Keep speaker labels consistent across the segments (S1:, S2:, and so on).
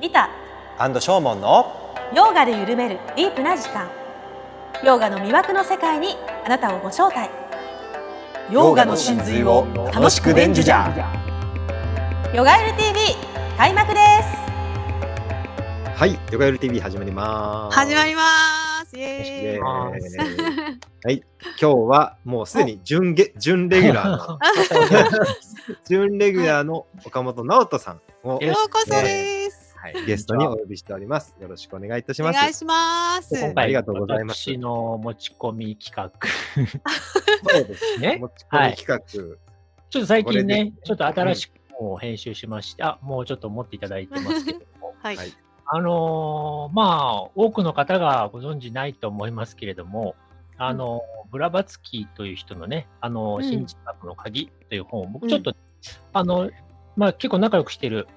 S1: リタ
S2: アンドショーモンの
S1: ヨガで緩めるディープな時間ヨガの魅惑の世界にあなたをご招待
S2: ヨガの真髄を楽しく伝授じゃ
S1: ヨガエル TV 開幕です
S2: はい、ヨガヨル TV 始まります。
S3: 始ま
S2: り
S3: ります。イ
S2: ま
S3: エーイ
S2: す。はい、今日はもうすでに準ゲ準レギュラーの準レギュラーの岡本直人さんを、
S4: よ
S3: よ
S4: ろ
S3: うこそです。
S2: はい、ゲストにお呼びしております。よろしくお願いいたし
S3: お
S2: ます。
S3: 願いします。。
S2: 今
S4: 今
S2: 回
S4: 回
S2: ありがとうございます
S4: 私の持ち込み企画。
S2: そうです
S4: ね
S2: 持ち込み企
S4: ちょっと最近
S2: これ
S4: ね、ちょっと新しくもう編集しまして、あ、もうちょっと持っていただいてますけども
S3: はい。
S2: はい
S4: あのーまあ、多くの方がご存知ないと思いますけれども、あのーブラバツキーという人のね、あの
S3: うん
S4: ー、新人学の鍵という本を、僕ちょっと、あの、まあ、結構仲良くしてる、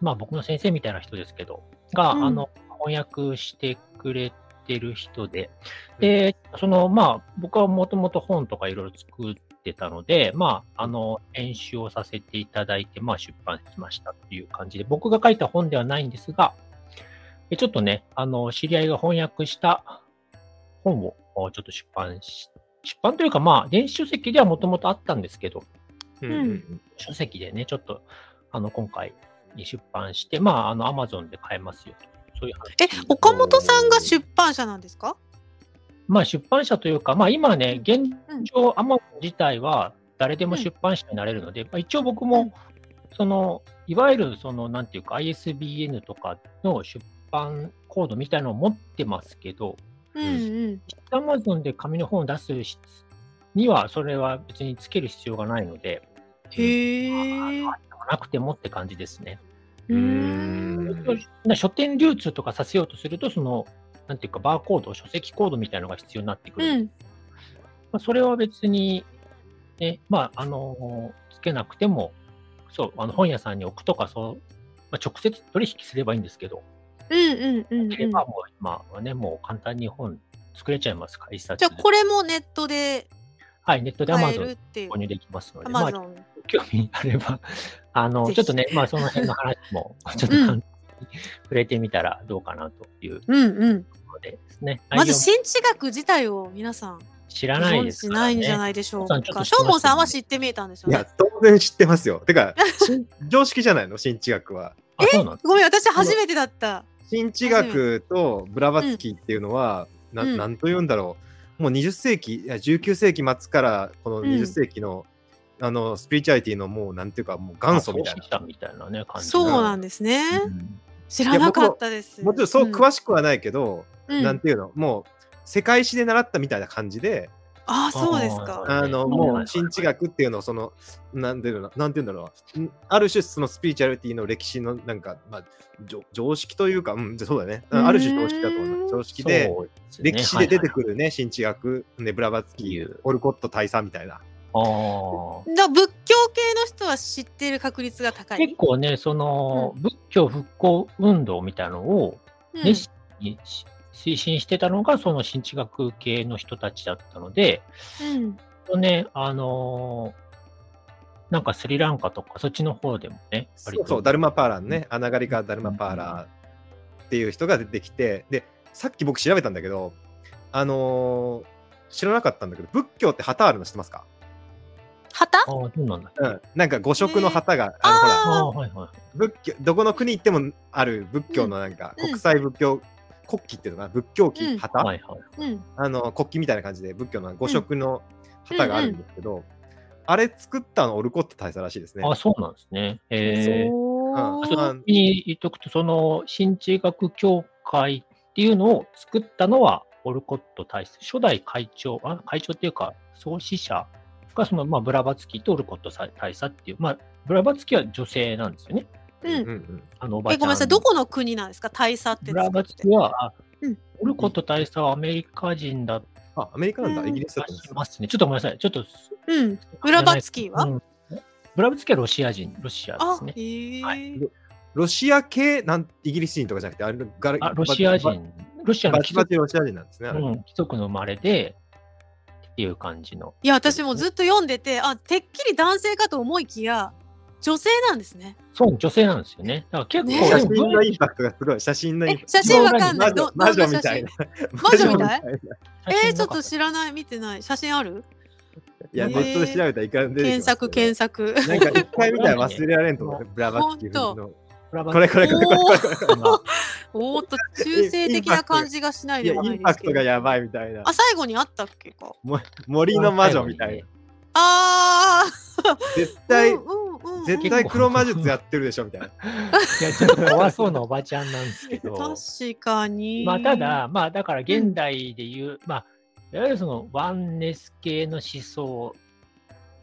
S4: まあ、僕の先生みたいな人ですけど、が、
S3: うん
S4: あの、翻訳してくれてる人で、で、その、まあ、僕はもともと本とかいろいろ作ってたので、まあ、あの、編集をさせていただいて、まあ、出版しましたっていう感じで、僕が書いた本ではないんですが、でちょっとね、あの、知り合いが翻訳した本をおちょっと出版し、出版というか、まあ、電子書籍ではもともとあったんですけど、
S2: 画。
S3: ん
S2: うん
S4: 書籍でね、ちょっと、あの、今回出版して、まあ、あの、アマゾンで買えますよと。そういう話。
S3: え、岡本さんが出版社なんですか？
S4: まあ、出版社というか、まあ、今ね、現状、アマゾン自体は誰で
S3: う
S4: も
S3: ん
S4: 出版社になれるので、まあ、一応僕
S3: う
S4: も
S3: ん、
S4: その、いわゆる、その、なんていうか、ISBN とかの出版コードみたいなのを持ってますけど、
S3: うんうん。
S4: アマゾンで紙の本を出すしには、それは別につける必要がないので、
S3: へえ。
S4: なくてもって感じですね。
S3: うーん。
S4: な書店流通とかさせようとすると、その、なんていうか、バーコード、書籍コードみたいなのが必要になってくる。
S3: うん。
S4: まあ、それは別に、ね、まあ、あのつけなくても、そう、あの本屋さんに置くとか、そう、まあ、直接取引すればいいんですけど、
S3: うんうんうんうん。
S4: ければもう今はね、もう簡単に本作れちゃいますから、一冊
S3: じゃあ
S4: で
S3: これもネットで
S4: はい、ネットで
S3: 買える
S4: Amazon
S3: っていう
S4: 購。入できますので、まあ、
S3: Amazon。
S4: 興味あれば、あの、
S3: ぜひ
S4: ちょっとね、まあ、その辺の話も、 ちょっと簡単に触れてみたらどうかなという
S3: うんうん。
S4: のでですね。
S3: まず
S4: 内容も
S3: 新知学自体を皆さん
S4: 知
S3: ご
S4: らない
S3: 存
S4: です
S3: 知
S4: から、
S3: な
S4: ね。
S3: いんじゃないでしょう
S4: 皆さん
S3: か。
S4: ちょっと知
S3: しょ
S4: ってますよね
S3: うもんさんは知ってみえたんですよ
S2: い
S3: ね
S2: や。、当然知ってますよ。てか、新常識じゃないの新知学は。
S4: あ、そうなんです
S3: ごめん、私初めてだった。
S2: 新知学とブラバツキーっていうのは、な
S3: うん
S2: なんと言うんだろう、もう20世紀いや19世紀末からこの
S3: ん
S2: 20世紀の、あのスピリチュアリティのもうなんていうかもう元祖みたいな
S4: 創始者みたいなね、感じ。
S3: そう
S2: な
S3: なんですね。
S4: うん
S3: 知らなかったです。
S2: もちろんそう詳
S3: し
S2: しくはないけど、
S3: い
S2: なんていうのもう世界史で習ったみたいな感じで、
S3: ああ、そうですか。
S4: あー
S2: あの
S4: はいはい
S2: も
S4: は
S2: う
S4: い
S2: 新知学っていうのをそのなんていうのなんていうんだろうんある種そのスピリチュアリティの歴史のなんか、まあ、常常識というか、うん、そうだねある種常識だと思
S3: う
S2: うん常識で。
S4: そうすね
S2: 歴史で出てくるね、新知学、ね、ブラバツキ
S4: い
S2: ー
S4: う、
S2: オルコット大佐みたいな。
S4: はいはい
S3: だから仏教系の人は知ってる確率が
S4: あ
S3: 高
S4: ー
S3: い。
S4: 結構ね、その、仏教復興運動みたいなのを
S3: うん
S4: 熱心にし推進してたのが、その新知学系の人たちだったので、
S3: うん
S4: ね、あのーなんかスリランカとか、そっちの方でもね、割
S2: そ
S4: と
S2: うそう、ダルマパーランね、穴狩りからダルマパーラーっていう人が出てきて、で、さっき僕調べたんだけど、あのー知らなかったんだけど、仏教って旗あるの知ってますか
S3: 旗
S4: ああ、そうなんだ。
S2: うん。なんか五色の旗が、あのほ
S3: あー
S2: ら、
S4: ああ、はいはい。
S2: 仏教、どこの国行ってもある仏教のなんか、
S3: うんうん
S2: 国際仏教、国旗っていうのかな、仏教
S3: う
S2: 旗
S3: ん
S2: 旗、
S4: はいはい。
S3: うん。
S2: あの国旗みたいな感じで仏教の五色の旗があるんですけど、あれ作ったのオルコット大佐らしいですね。
S4: あそうなんですね。えー、
S3: そ
S2: うん
S4: そ
S2: あ
S4: の時に言っとくと、その、新知学協会っていうのを作ったのは、オルコット大佐、初代会長、あ会長っていうか、創始者が、その、まあ、ブラバツキーとオルコット大佐っていう、まあ、ブラバツキーは女性なんですよね。
S3: う
S2: うん
S3: ん。
S2: うん
S4: あの、おばあ
S3: え、
S4: ちゃん。
S3: ごめんなさい、どこの国なんですか大佐って
S4: ブ
S3: つ
S4: ラ
S3: く
S4: バ
S3: っ
S4: ツ
S3: て
S4: キーは、あ
S3: うん
S4: オルコット大佐はアメリカ人だっ
S2: あ、アメリカなんだ、
S3: うん
S2: イギリスだっ
S4: た
S2: たん
S4: り
S2: です
S4: しますね。ちょっとごめんなさい。ちょっと、
S3: うん。ブラバツキーは
S4: うんブラバツキーはロシア人、ロシアで
S3: あ
S4: す、ね。
S3: へえ。
S4: は
S2: ロシア系なん、イギリス人とかじゃなくて、あれガラ
S4: あ、ロシア。
S2: バチ
S4: 人。ロシアの
S2: バ
S4: 貴
S2: チ
S4: 族
S2: バチロシア人なんですね。あれ
S4: うん、貴族の生まれでっていう感じの。
S3: いや、私もずっと読んでて、あ、てっきり男性かと思いきや、女性なんですね。
S4: そう、女性なんですよね。だから結
S3: ね
S4: 構、
S2: 写真のインパクトがすごい。写真のイン
S3: え
S2: パクト。
S3: 写真わかんない。ど
S2: 魔女
S3: どん
S2: みたいな
S3: 写。魔女みたい
S2: 魔女みた
S3: 真えー、ちょっと
S4: い
S3: 知らない見てない写真ある？
S2: いや、
S3: ね
S2: ネットで調べたらいかんで
S3: 検索検索。
S2: なんか一回見たら忘れられんと 思って、ブラバッキー
S3: ほん
S2: の。こ
S4: こ
S2: れこれこれこれこ
S3: おーっと中性的な感じがしない
S2: れ。い
S3: で
S2: や、
S3: も
S2: イ
S3: ない
S2: ン
S3: で
S2: パ
S3: す
S2: ク
S3: け
S2: トが
S3: ど。
S2: やばいみたいな
S3: あ。最後にあったっけか。
S2: 森の魔女みたいな。
S3: ああ。
S2: 絶対、
S3: うんうんうんうん
S2: 絶対黒魔術やってるでしょみたいな。
S4: いや、ちょっと怖そうなおばちゃんなんですけど。
S3: 確かに。
S4: まあ、ただ、まあ、だから現代でいう、まあ、いわゆるそのワンネス系の思想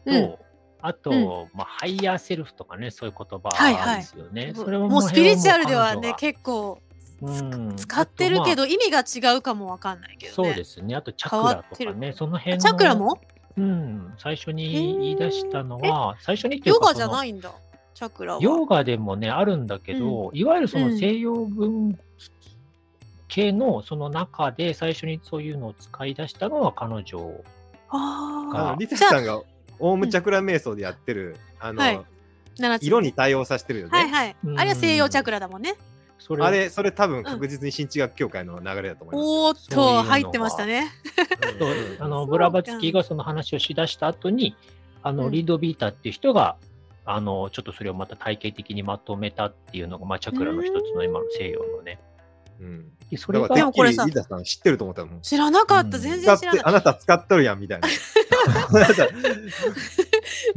S4: と、
S3: うん
S4: あと、まあ、ハイヤーセルフとかね、そういう言
S3: はいは
S4: 葉
S3: い
S4: ですよね。それ
S3: も
S4: も
S3: うもうスピリチュアルでは
S4: 彼女
S3: ね
S4: が
S3: 結構
S4: うん
S3: 使ってるけ
S4: あ
S3: ど
S4: と
S3: 意味が違うかもわかんないけ
S4: まあ
S3: ど
S4: そう
S3: ね。
S4: ですね。あと、チャ
S3: 変
S4: ク
S3: わ
S4: ラ
S3: っ
S4: と
S3: てる
S4: かね、その辺の。
S3: チャクラも
S4: うん、最初に言い出したのは、最初にっていう
S3: ヨ
S4: か
S3: ガじゃ
S4: その
S3: ないんだ。チャクラは。
S4: ヨガでもね、あるんだけど、いわゆるそうの
S3: ん
S4: 西洋文系のその中で最初にそういうのを使い出したのは彼女。
S2: あ
S3: あ
S2: の
S3: あ。
S2: リサ
S3: じゃ
S2: さ
S3: あ
S2: んがオウムチャクラ瞑想でやってる、あ
S3: はい
S2: の、
S3: 七つ目
S2: 色に対応させてるよ
S3: はい
S2: ね。
S3: はい。
S4: うん
S3: あれは西洋チャクラだもんね。
S4: それ
S2: あれ、それ多分確実に新知学協会の流れだと思います。
S3: おーっ
S4: そういうの
S3: と
S4: が
S3: 入ってましたね。
S4: と
S2: うん
S4: あ
S3: そう
S4: の
S3: か
S4: ブラバツキーがその話をしだした後に、あ
S3: う
S4: の
S3: ん
S4: リードビーターっていう人が、あのちょっとそれをまた体系的にまとめたっていうのが、まあ、チャクラの一つの今の西洋のね。
S2: うん
S4: でそれ
S2: だ
S4: が
S2: からて
S3: でもこ
S2: っ
S3: れ
S2: き
S3: さ
S2: りリサさん知ってると思ったもん。
S3: 知らなかっ
S4: う
S3: た。
S4: ん
S3: 全
S2: 使
S3: 然
S2: っ
S3: 知ら
S2: て
S3: ない。
S2: あなた使っとるやんみたいな。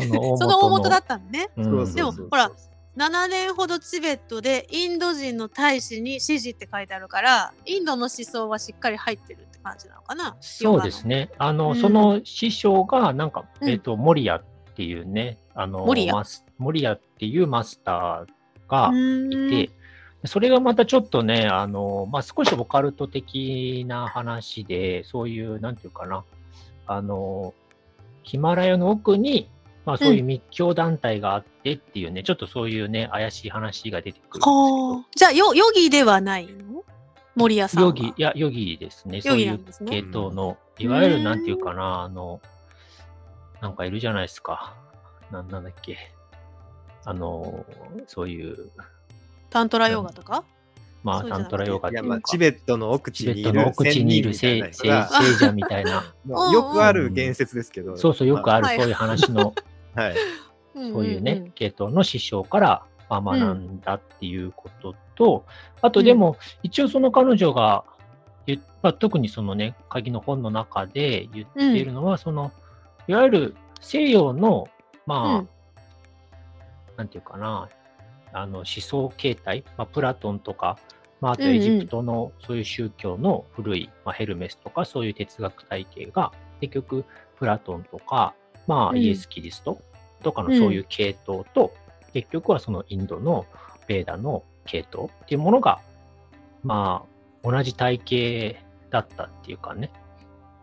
S4: その
S3: その大元だったんね。
S4: うん
S2: そうそうそう
S3: でもほら7年ほどチベットでインド人の大使に支持って書いてあるからインドの思想はしっかり入ってるって感じなのかな
S4: そうです
S3: ね
S4: ね。あ
S3: う
S4: の、
S3: ん
S4: その師匠が、なんか、
S3: うん
S4: えっ、と、モリアっていうね、あの、
S3: モリア
S4: マスモリアっていうマスターがい
S3: い
S4: て、それがまたちょっとね、あの、まあ、少しオカルト的な話で、そういう、なんていうかな、あの、ヒマラヤの奥に、まあ、そういう密教団体があってっていうね、ちょっとそういうね、怪しい話が出てくるんですけど
S3: はあじゃあヨヨギではないの森屋さんは
S4: ヨギ、いや、ヨギですね。そ
S3: ヨ
S4: う
S3: ギ
S4: い
S3: な
S4: うん
S3: です
S4: 系
S3: ね
S4: 統の、
S3: うん
S4: いわゆるなんていうかな、あの、なんかいるじゃないですか。なんなんだっけ。あの、そういう、
S3: タントラヨガとか
S4: まあ、
S3: そうじゃ
S4: タ
S3: なくて
S4: ントラヨガ
S2: い
S4: ってい
S2: や
S4: う
S2: まあ
S4: か、
S2: チベットの奥
S4: チ
S2: 地
S4: ベ
S2: に
S4: ッ
S2: い
S4: トの
S2: る
S4: 奥地にいる
S2: 仙人み
S4: 聖
S2: たいな
S4: 聖
S2: 人が
S4: 聖者みたい な、
S2: まあよくある言説ですけど、
S4: そうそう、よくある
S3: は
S4: そ
S3: いう
S4: いう話の、
S2: はい、
S4: そういう
S3: うんうんう
S4: ね
S3: ん、
S4: 系統の師匠から、まあ、学んだっていうことと、あとでも、一応その彼女が言っ、まあ、特にそのね、鍵の本の中で言っているのは、その、いわゆる西洋の、
S3: う
S4: ま
S3: ん
S4: あ、なんていうかな、あの思想形態、まあ、プラトンとか、まあ、あと
S3: うんうん
S4: エジプトのそういう宗教の古い、まあ、ヘルメスとかそういう哲学体系が結局プラトンとか、ま
S3: う
S4: あ、
S3: ん
S4: イエス・キリストとかの
S3: うん
S4: そういう系統と、結局はそのインドのベーダの系統っていうものが、まあ、同じ体系だったっていうかね、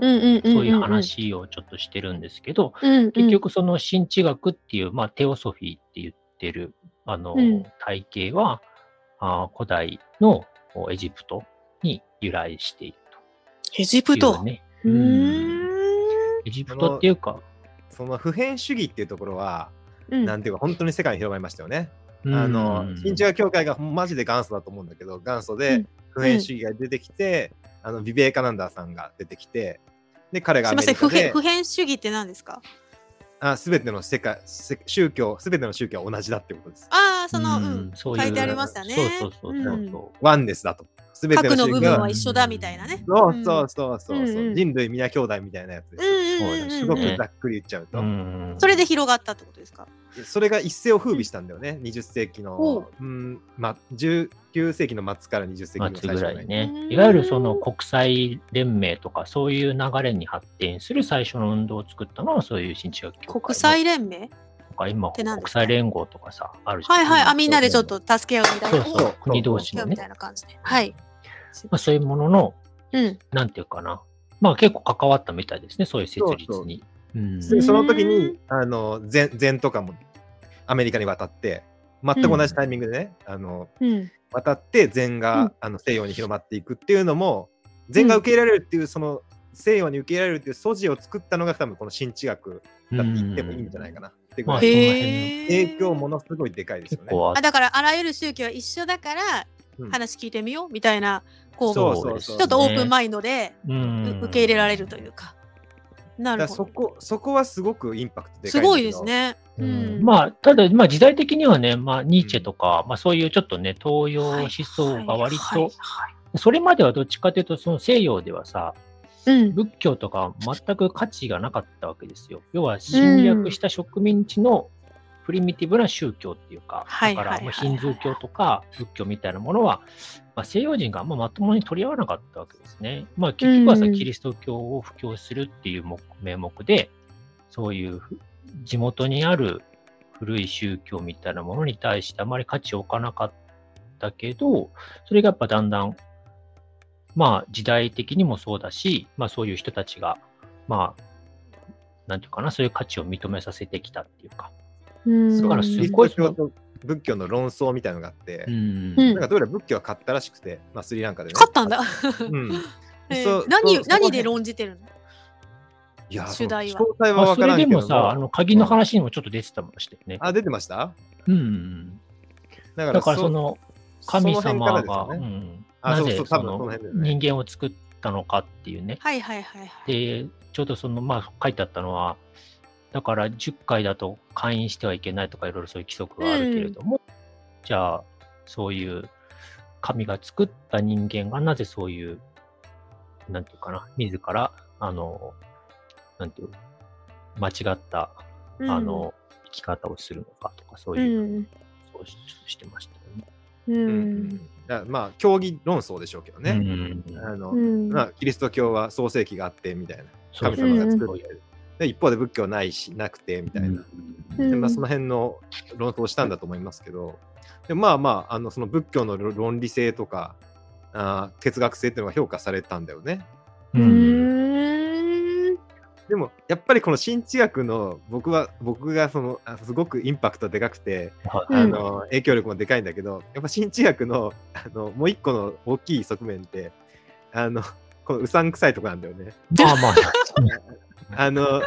S3: うんうんんんん
S4: そういう話をちょっとしてるんですけど、
S3: うんうん
S4: 結局その新知学っていう、まあ、テオソフィーって言ってるあの、
S3: うん
S4: 体系はあー古代のおエジプトに由来している
S3: エジ
S4: と
S3: プ
S4: いう
S3: ト
S4: ね。
S3: う
S4: うん
S3: ーん
S4: エジプトっていうか、
S2: その普遍主義っていうところは、
S3: うん
S2: なんていうか本当に世界に広まりましたよね。
S4: うん
S2: あの新中華協会がマジで元祖だと思うんだけど元祖
S3: う
S2: で
S3: ん
S2: 普遍主義が出てきて、あのビベーカナンダーさんが出てきてで彼が
S3: す
S2: ア
S3: いま
S2: メ
S3: せん
S2: リ
S3: 普
S2: カ
S3: 遍
S2: で
S3: 普遍主義って何ですか
S2: あ全ての世界せ宗教全ての宗教は同じだってことです。
S3: ああその
S4: う
S3: うんん
S4: そう
S3: 書いてありましたね
S4: そうそうそうそう
S3: うん
S4: そう
S2: ワンネスだと。全て
S3: 核
S2: の
S3: の部
S2: 宗
S3: 分
S2: 教
S3: は一緒だみたいなね
S2: そうそうそうそうそう、
S3: うんうん
S2: 人類皆兄弟みたいなやつです。
S3: うんうんうんうん
S2: すごくざっくり言っちゃうと、
S4: うん
S3: それで広がったってことですか
S2: それが一世を風靡したんだよね、20世紀
S3: ほ
S2: の、うんま、19世紀の末から20世紀の最初
S4: 末ぐら
S2: ぐら
S4: い
S2: い
S4: ね
S3: うん。
S4: いわゆるその国際連盟とか、そういう流れに発展する最初の運動を作ったのは、そういう新知学協会の
S3: 国際連盟
S4: とか、今、
S3: て
S4: 国
S3: 何ですか
S4: 際連合とかさ、あるじゃん
S3: はいはい、あみんなでちょっと助け合うみたい
S4: そう
S3: な、
S4: そう、国同
S3: 助
S4: 士
S3: け合
S4: の
S3: うみ
S4: ね
S3: たい。な感じで。はい。
S4: まあ、そういうものの、
S3: うん。
S4: なんていうかな。まあ結構関わったみたいですね、そういう設立に。うん
S2: でその時
S3: うん
S2: にあの禅禅とかもアメリカに渡って全く同じタイミングでね、あの
S3: うん。
S2: 渡って禅が、
S3: うん
S2: あの西洋に広まっていくっていうのも禅が受け入れられるっていうその西洋に受け入れられるっていう素地を作ったのが多分この新知学だって言ってもいいんじゃないかな。ってぐ
S4: ま
S2: ら
S4: あ、
S2: い
S4: そ
S3: へ
S4: の
S3: ー
S4: 辺の
S2: 影響ものすごいでかいですよ
S4: 結
S2: ね。
S4: 構あ
S3: あだからあらゆる宗教は一緒だから
S2: うん
S3: 話聞いてみようみたいなこうち
S2: そ
S3: ょ
S2: うそうそう
S3: っとオープンマインドでう
S4: ン
S3: 受け入れられるというかな
S2: だから
S3: るほ
S2: そ
S3: ど
S2: こそこはすごくインパクトでかい
S3: すごいですね。う
S4: うんんまあ、ただ、まあ、時代的にはね、まあ、ニーチェとか、まあ、そういうちょっとね、東洋思想が割
S3: はいはい
S4: と、それまではどっちかというと、その西洋ではさ、
S3: はいはいうん
S4: 仏教とか全く価値がなかったわけですよ。要は、侵略した植民地のプリミティブな宗教っていうか、
S3: はい
S4: だか
S3: はいはい
S4: ら、まあヒンズー教とか仏教みたいなものは、まあ、西洋人があんままともに取り合わなかったわけですね。まあ、結局はさ、
S3: うん
S4: キリスト教を布教するっていう目名目で、そういうふ地元にある古い宗教みたいなものに対してあまり価値を置かなかったけど、それがやっぱだんだん、まあ時代的にもそうだし、まあそういう人たちが、まあ、なんていうかな、そういう価値を認めさせてきたっていうか。
S3: うん
S4: だからす
S2: キリス
S4: ごい
S2: ト教と仏教の論争みたいなのがあって、
S4: ん
S3: う
S2: なん
S3: ん
S2: かどうやら仏教は勝ったらしくて、まあ、スリランカで、ね。
S3: 勝ったんだ。
S2: うん
S3: えー
S2: そう
S3: 何
S2: そう
S3: 何で
S2: そこ
S3: 論じてるの
S2: らいや
S3: 主題は
S2: 詳細は
S4: まあ
S2: 分
S4: そ
S2: から
S4: れ
S2: んけ
S4: で
S2: ども
S4: もさ、あの鍵の話にもちょっと出てたもんしてね。
S2: あ出てました
S4: うん。
S2: だ
S4: だからその神
S2: その辺
S4: 様
S2: からです
S4: が、
S2: よね
S4: うん
S2: あ
S4: な
S2: そう
S4: ぜ
S2: そう多
S4: そ
S2: 分その
S4: の
S2: 辺だよね
S4: 人間を作ったのかっていうね。
S3: はいはいはいはい。
S4: で、ちょうどその、まあ、書いてあったのは、だから10回だと会員してはいけないとかいろいろそういう規則があるけれども、じゃあ、そういう神が作った人間がなぜそういう、なんていうかな、自ら、あの、なんていう、間違った、
S3: うん
S4: あの、生き方をするのかとか、そう
S3: う
S4: いう、
S3: ん
S4: そうししてましたよね。
S3: う
S2: うんんだからまあ競技論争でしょうけどね、
S4: うん
S2: あの
S3: うん
S2: まあ、キリスト教は創世記があってみたいな
S4: そう
S2: 神
S4: そう
S2: 様
S4: そう
S2: が作ってる、で一方で仏教ないしなくてみたいな、
S3: うん
S2: でまあ、その辺の論争をしたんだと思いますけどでもまあまああのその仏教の論理性とかあー哲学性っていうのが評価されたんだよね
S4: う
S3: うんん
S2: でもやっぱりこの新知学の僕は僕がそのあすごくインパクトでかくて、
S4: は
S3: うん
S2: あの影響力もでかいんだけどやっぱ新知学のあのもう一個の大きい側面ってあのこのうさんくさいとこなんだよね。
S4: いまあまあ、
S2: あ の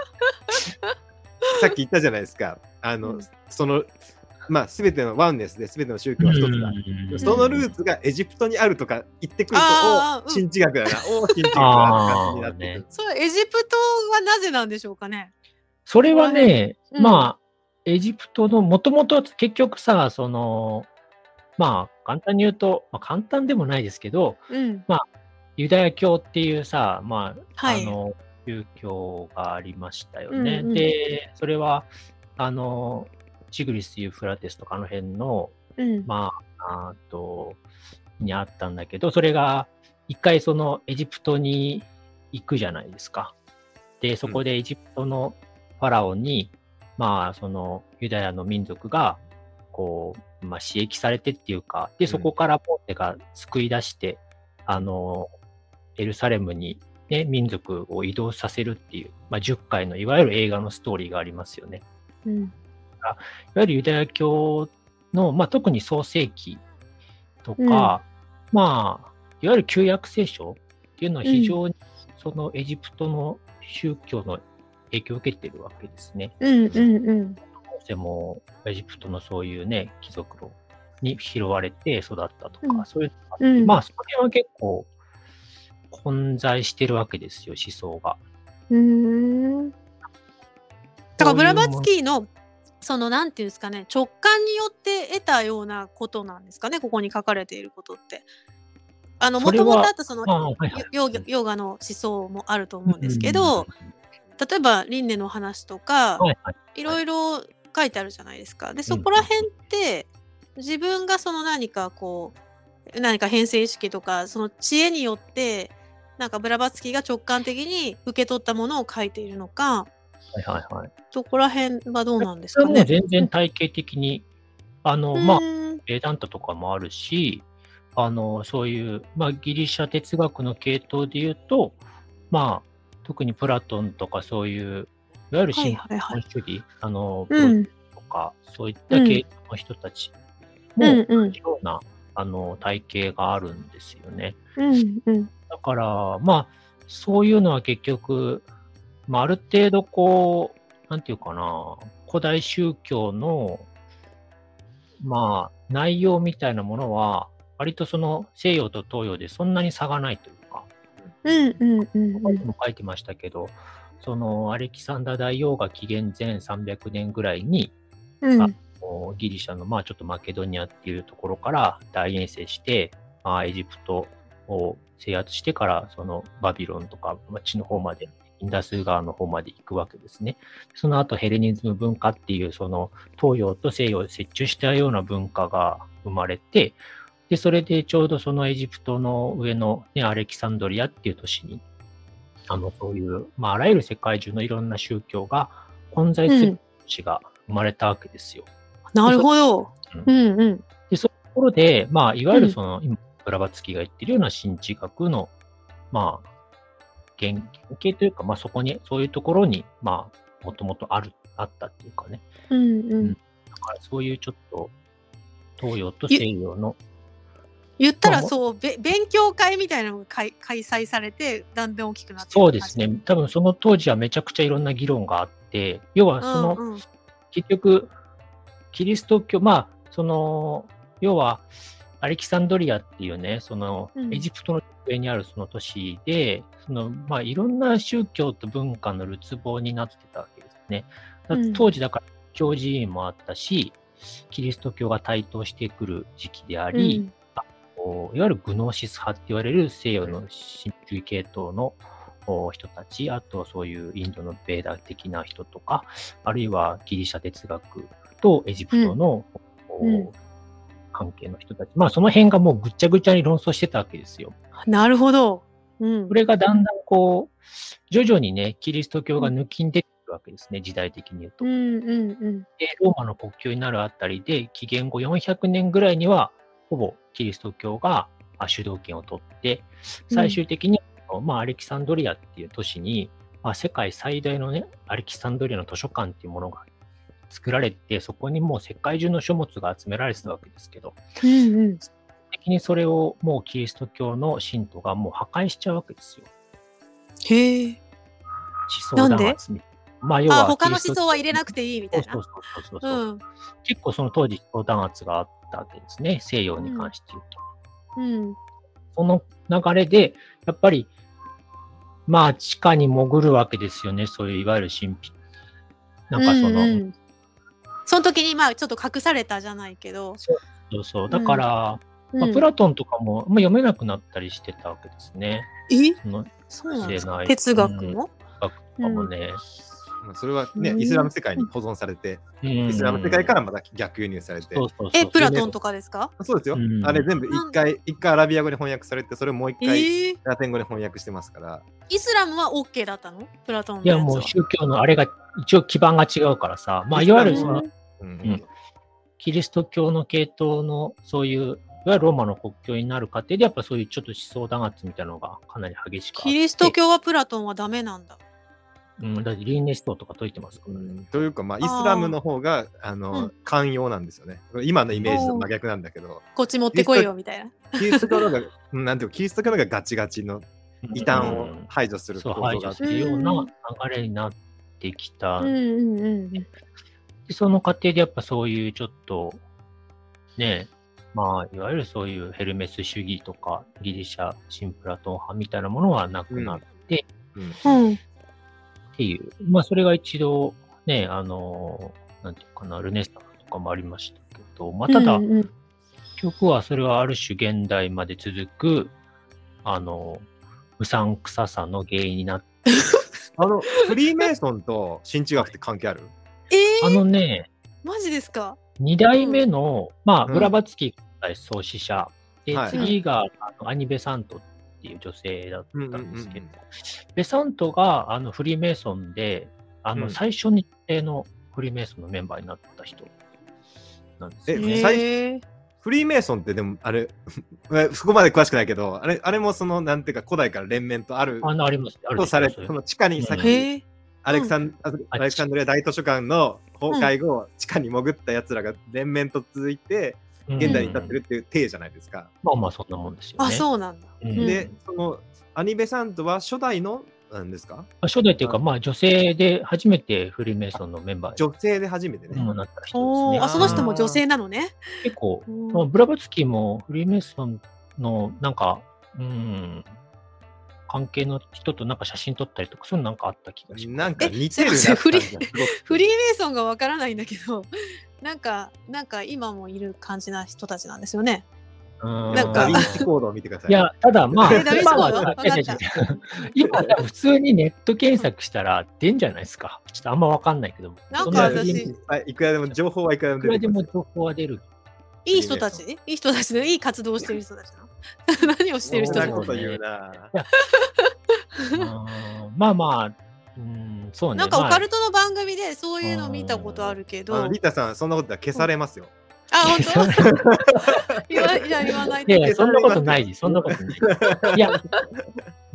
S2: さっき言ったじゃないですかあの、
S3: うん
S2: そのまあ全てのワンネスで全ての宗教は一つだ。
S4: うん
S2: そのルーツがエジプトにあるとか言ってくると、お
S3: あーうん
S2: 新知学だな、お新知学だなって感じになってくる。
S3: そうエジプトはなぜなんでしょうかね。
S4: それはね、
S3: うん
S4: まあ、エジプトの、もともと結局さ、その、まあ、簡単に言うと、まあ、簡単でもないですけど、
S3: うん
S4: ユダヤ教っていうさ、まあ、
S3: はい
S4: あの、宗教がありましたよね。
S3: うんうん
S4: で、それは、あの、チグリス・ユーフラテスとかあの辺の、
S3: うん
S4: まあ、あと、にあったんだけど、それが、一回そのエジプトに行くじゃないですか。で、そこでエジプトのファラオに、まあ、そのユダヤの民族が、こう、まあ、刺激されてっていうか、で、そこからポンテが救い出して、あの、エルサレムに、ね、民族を移動させるっていう、まあ、10回のいわゆる映画のストーリーがありますよね。
S3: うん
S4: いわゆるユダヤ教の、まあ、特に創世記とか、まあ、いわゆる旧約聖書っていうのは非常にそのエジプトの宗教の影響を受けてるわけですね。
S3: うんうんうん
S4: モーセもエジプトのそういうね、貴族のに拾われて育ったとか、
S3: うん
S4: そういうのがあって、
S3: うん
S4: まあ、その辺は結構混在してるわけですよ、思想が。
S3: うんだからブラバツキーのそのなんていうんですかね直感によって得たようなことなんですかねここに書かれていることって。あのも
S4: それ
S3: と
S4: は
S3: もとあったその
S4: まあ、はいはい。
S3: ヨヨガヨガの思想もあると思うんですけど、例えば輪廻の話とか、
S4: はいはい
S3: いろいろ書いてあるじゃないですか。でそこら辺って自分がその何かこう何か変性意識とかその知恵によってなんかブラバツキーが直感的に受け取ったものを書いているのか
S4: はいはいはい。
S3: そこら辺はどうなんです
S4: それ
S3: か
S4: はも
S3: ね。
S4: う全然体系的に、あの、
S3: う
S4: まあ、
S3: ーん
S4: ベダンタとかもあるし、あの、そういう、まあ、ギリシャ哲学の系統で言うと、まあ、特にプラトンとかそういう、いわ
S3: は
S4: ゆる
S3: い
S4: 新本
S3: はいはい。
S4: 主義、あの、プ
S3: う
S4: ロ
S3: ん
S4: とか、そういった系統の人たちも、
S3: う
S4: 同
S3: んうん
S4: じような、あの、体系があるんですよね。
S3: うんうん
S4: だから、まあ、そういうのは結局、まあ、ある程度こう、なんていうかな、古代宗教の、まあ、内容みたいなものは、割とその西洋と東洋でそんなに差がないというか、
S3: うんうんうんうん
S4: も書いてましたけど、そのアレキサンダー大王が紀元前300年ぐらいに、
S3: うん
S4: こうギリシャの、まあ、ちょっとマケドニアっていうところから大遠征して、まあ、エジプトを制圧してから、そのバビロンとか、まあ、地の方まで、インダス川の方まで行くわけですね。その後ヘレニズム文化っていう、その東洋と西洋を折衷したような文化が生まれて、で、それでちょうどそのエジプトの上の、ね、アレキサンドリアっていう都市に、あの、そういう、まあ、あらゆる世界中のいろんな宗教が混在する都市が生まれたわけですよ。
S3: なるほど。
S4: う
S3: うんうん。
S4: ところで、まあ、いわゆ
S3: う
S4: る
S3: ん
S4: その、今、ブラバツキが言ってるような神智学の、まあ、原原型というか、まあ、そこに、そういうところに、まあ、もともとある、あったっていうかね。
S3: うんうん。
S4: だから、そういうちょっと、東洋と西洋の、
S3: 言ったら
S4: まあ
S3: そう、べ勉強会みたいなのが開開催されて、だんだん大きくなって
S4: そうですね。多分その当時はめちゃくちゃいろんな議論があって、要は
S3: そ
S4: その、
S3: うんうん、
S4: 結局、キリスト教、まあ、その、要は、アレキサンドリアっていうね、その
S3: う、ん
S4: エジプトの上にあるその都市で、その、まあ、いろんな宗教と文化のるつぼになってたわけですね。だ
S3: うん
S4: 当時、だから、教寺院もあったし、キリスト教が台頭してくる時期であり、こういわゆるグノーシス派って言われる西洋の神秘系統のお人たち、あとそういうインドのベーダー的な人とか、あるいはギリシャ哲学とエジプトの、お
S3: うん
S4: 関係の人たち、まあその辺がもうぐっちゃぐちゃに論争してたわけですよ。
S3: うんなるほど。うん
S4: そ、れがだんだんこう、徐々にね、キリスト教が抜きんでくるわけですね、時代的に言うと。
S3: うんうんうん。
S4: で、ローマの国境になるあたりで、紀元後400年ぐらいには、ほぼキリスト教があ主導権を取って、最終的に、まあ、アレキサンドリアっていう都市に、まあ、世界最大のね、アレキサンドリアの図書館っていうものが作られて、そこにもう世界中の書物が集められてたわけですけど、
S3: うんうん。
S4: 的にそれをもうキリスト教の信徒がもう破壊しちゃうわけですよ。
S3: へえ。
S4: 思想
S3: なんで
S4: 弾圧みたいな。まあ、要
S3: あ、
S4: は
S3: 他の思想は入れなく
S4: て
S3: ていいみたい
S4: そう
S3: な。
S4: そうそうそうそうう。
S3: ん
S4: 結構その当時、相談圧があったわけですね、西洋に関して言うと。
S3: うん
S4: その流れで、やっぱり、まあ、地下に潜るわけですよね、そういういわゆる神秘。なんかその、
S3: うんうんその時にまあちょっと隠されたじゃないけど、
S4: そうそう、だから、
S3: うん
S4: まあ、プラトンとかも、まあ、読めなくなったりしてたわけですね、
S3: え
S4: その
S3: そうなんです
S4: 知れな
S3: か
S4: い
S3: 哲学も、
S4: 学とかもね。
S2: まあそれはね、
S3: うん
S2: イスラム世界に保存されて、
S4: うん
S2: イスラム世界からまた逆輸入されて、
S4: そうそうそう
S3: えプラトンとかですか
S2: そうですよ、
S4: うん
S2: あれ全部一回、一回アラビア語に翻訳されて、それをもう一
S3: え
S2: 回
S3: ー、
S2: ラテン語に翻訳してますから、
S3: イスラムは OK だったのプラトンの
S4: いや、
S3: つは
S4: もう宗教のあれが、一応基盤が違うからさ、まあ、いわゆるその、
S2: うん
S4: んキリスト教の系統のそういう、いわゆるローマの国境になる過程で、やっぱそういうちょっと思想弾圧みたいなのがかなり激しくあって
S3: キリスト、教はプラトンはダメなんだ。
S4: うん、だって輪廻思想とか解いてますからね。
S2: というか、まあ、イスラムの方があの、
S3: うん
S2: 寛容なんですよね。今のイメージと真逆なんだけど、
S3: こっち持ってこいよみたいな。
S2: キリスト教の方が、 うんなんていうかキリスト教の方がガチガチの異端
S4: う
S2: を
S4: ん
S2: 排除する
S4: そ
S2: 構
S4: う
S2: 造
S4: 排
S2: があ
S4: 除
S2: っ
S4: す
S2: て、
S4: るよ
S3: う
S4: うなん流れになってきた。
S3: うんうんうんうん。
S4: でその過程でやっぱそういうちょっと、ねえ、まあ、いわゆるそういうヘルメス主義とか、ギリシャ、新プラトン派みたいなものはなくなっ
S2: うん
S3: うん
S4: っていう、まあ、それが一度、ね、あの、なんていうかな、ルネサンスとかもありましたけど、まあ、ただ
S3: う、んうん
S4: 曲はそれはある種現代まで続く、あの、うさんくささの原因になって、
S2: あのフリーメイソンと新中学って関係ある
S3: え
S4: あのね、
S3: ー、マジですか
S4: 二代目の、まあ、
S2: うん
S4: ブラバツキー創始者、で、
S2: はい
S4: 次が、あのアニ・ベサントっていう女性だったんですけど、
S2: うんうんうん
S4: ベサントがあのフリーメイソンで、あ
S2: う
S4: の、
S2: ん
S4: 最初に、えーのフリーメイソンのメンバーになった人なんですよ
S2: え
S4: ね。
S2: 最
S3: えー、
S2: フリーメイソンってでもあれ そこまで詳しくないけどあれあれもそのなんていうか古代から連綿とある
S4: あの、あります。ある
S2: とされ
S4: そ
S2: そう
S4: いう
S2: の地下に先
S4: うん
S2: に
S3: へえ
S2: アレクサン、アレクサンドリア大図書館の崩壊後、地下に潜ったやつらが連綿と続いて現代に至ってるっていう体じゃないですか。
S4: まあまあ、そんなもんですよね。
S3: あそうなんだ。
S4: うん
S3: ん
S2: でそのアニベサントは初代のなんですか
S4: 初代というか、
S2: あ
S4: まあ、女性で初めてフリーメイソンのメンバー
S2: 女性で初めてね。
S4: にもなった人
S3: おー
S4: ですね。
S3: あその人も女性なのね。
S4: 結構、
S3: うん
S4: まあブラバツキーもフリーメイソンのなんか、うん、関係の人となんか写真撮ったりとか、そういうのなんかあった気がします。
S2: なんか
S3: え
S2: 似てるな
S3: すいません フリー
S2: 感じがすごく
S3: フリーメイソンがわからないんだけど、 なんか、なんか今もいる感じな人たちなんですよね。
S4: うん
S3: な
S2: ダ
S3: んか
S2: ヴィンチコードを見てください。
S4: いや、ただまあ、
S3: えダメ
S4: まあ
S3: そうだ
S4: まあ
S3: わ かった
S4: 違う違う違う今、普通にネット検索したら出んじゃないですか。ちょっとあんまわかんないけど。
S3: な
S2: い
S3: んか
S4: そんな
S2: や、
S3: 私
S4: い
S2: いっぱいいくらでも、情報はいくらでも出
S4: くら
S2: て
S4: で
S2: きま
S4: も
S2: すよ
S4: 情報は出る。
S3: いい人たちいい人たちでいい活動をしてる人たちなの。 何をしてる人
S2: そん
S3: た
S2: な
S3: ち
S2: こと
S4: ね
S2: 言うな。
S4: うんまあまあ、うん、そうね。
S3: なんかオ
S4: まあ
S3: カルトの番組でそういうの見たことあるけど、
S2: あの
S3: あ
S2: リタさん、そんなことは消されますよ。
S3: 本
S4: そんな
S3: 当言わいや言わない
S4: いやい
S3: で。
S4: や、そんなことないし、そんなことない。いや、う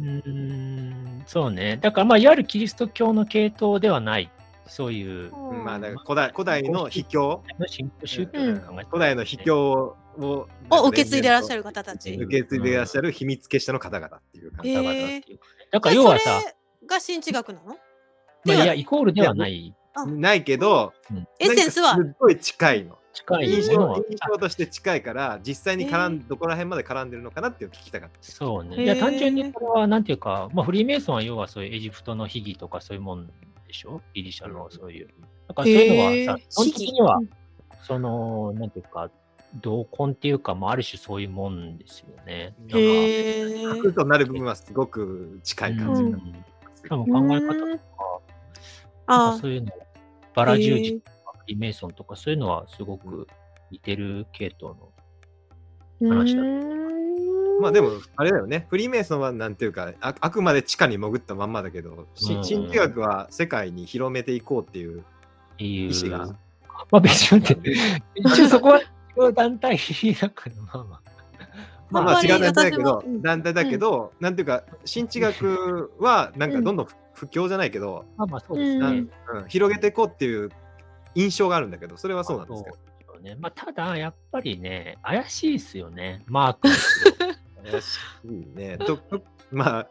S4: ーん、そうね。だから、まあ、いわゆるキリスト教の系統ではない、そういう、
S3: うん
S2: まあ、だから古代古代の秘境、
S4: 信仰宗教の考え、
S2: 古代の秘境を、
S3: を受け継いでらっしゃ
S2: る。
S3: る方たち。
S2: 受け継いでいらっしゃる秘密結社の方々っていう感じ。
S3: へ
S4: 方
S3: ー
S4: 々っていうかね。だから、要はさ、
S3: えそれが新知学なの
S4: ま
S3: れ
S4: あ、いや、イコールではない、
S3: あ
S2: ないけど、
S3: エッセンスは
S2: なんかすっごい近いの。
S4: 近い
S2: 印
S4: もの
S2: 象
S4: は、
S2: 印象として近いから、実際に絡ん、どこら辺まで絡んでるのかなっていうのを聞きたかった。
S4: そう
S3: へー
S4: ね。いや、単純にこれは、なんていうか、まあ、フリーメイソンは要はそういうエジプトの秘技とかそういうもんでしょギリシャのそういう。だからそういうのは
S3: へ
S4: さ
S3: ー、
S4: 基本的には
S3: 秘、
S4: その、なんていうか、同婚っていうか、まあ、ある種そういうもんですよね。
S2: へ
S4: なんか
S3: へえ。
S2: 核となる部分はすごく近い感じ
S4: う
S2: に
S4: ん
S2: なってます
S4: しかも考え方
S3: うん
S4: とか、なん
S3: あ
S4: かそういうの、バラ十
S3: へ
S4: 字
S3: ー
S4: とか、フリーメイソンとか、そういうのはすごく似てる系統の。話だ
S2: まあでも、あれだよね。フリーメイソンはなんていうか、ああくまで地下に潜ったまんまだけど、し
S4: うん
S2: 神秘学は世界に広めていこうって いう
S4: っていう。
S2: 意思が。
S4: まあ、別に待って、一応そこは違う団体だから、まあまあ。
S2: まあまあ
S3: あん
S2: 違
S3: ま
S2: う
S3: り
S2: 団体だけど
S3: 私もう、ん
S2: 団体だけど、なんていうか、神知学はなんかどんどん不況じゃないけど、
S4: まあまあそうですね。
S3: うん
S2: うん広げていこうっていう印象があるんだけど、それはそうなんですけど。
S4: そうね。まあただ、やっぱりね、怪しいですよね、マークの人。
S2: 怪しいね。ととまあ、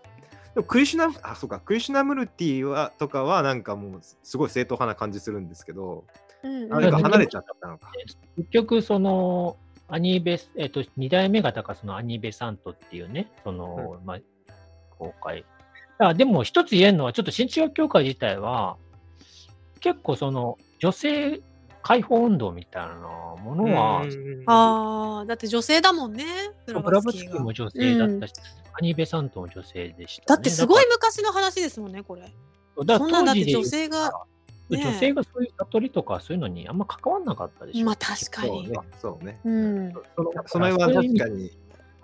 S2: でもクリシュナ、あ、そうか、クリシュナムルティはとかはなんかもうすごい正統派な感じするんですけど、
S3: うん
S2: あ
S4: ん
S2: れが離れちゃったのか。
S4: 結局、その、アニーベス、えっ、と、二代目がだからそのアニーベサントっていうね、その、まあ、公開。あでも、一つ言えるのは、ちょっと新中学協会自体は、結構その、女性解放運動みたいなものは、
S2: うん
S3: ああ、だって女性だもんね。ブ
S4: ブラバツキーも女性だったし、アニーベサントも女性でした、ね。
S3: だってすごい昔の話ですもんね、これ。
S4: だ
S3: そ
S4: から
S3: んなだって
S4: 当時で
S3: 女性が、
S4: 言うと
S3: ね
S4: 女性がそういう悟りとかそういうのにあんま関わんなかったでしょ。
S3: まあ確か
S2: そう
S3: に。
S2: ね。そうね。
S3: うん、
S2: そのその辺は確かに。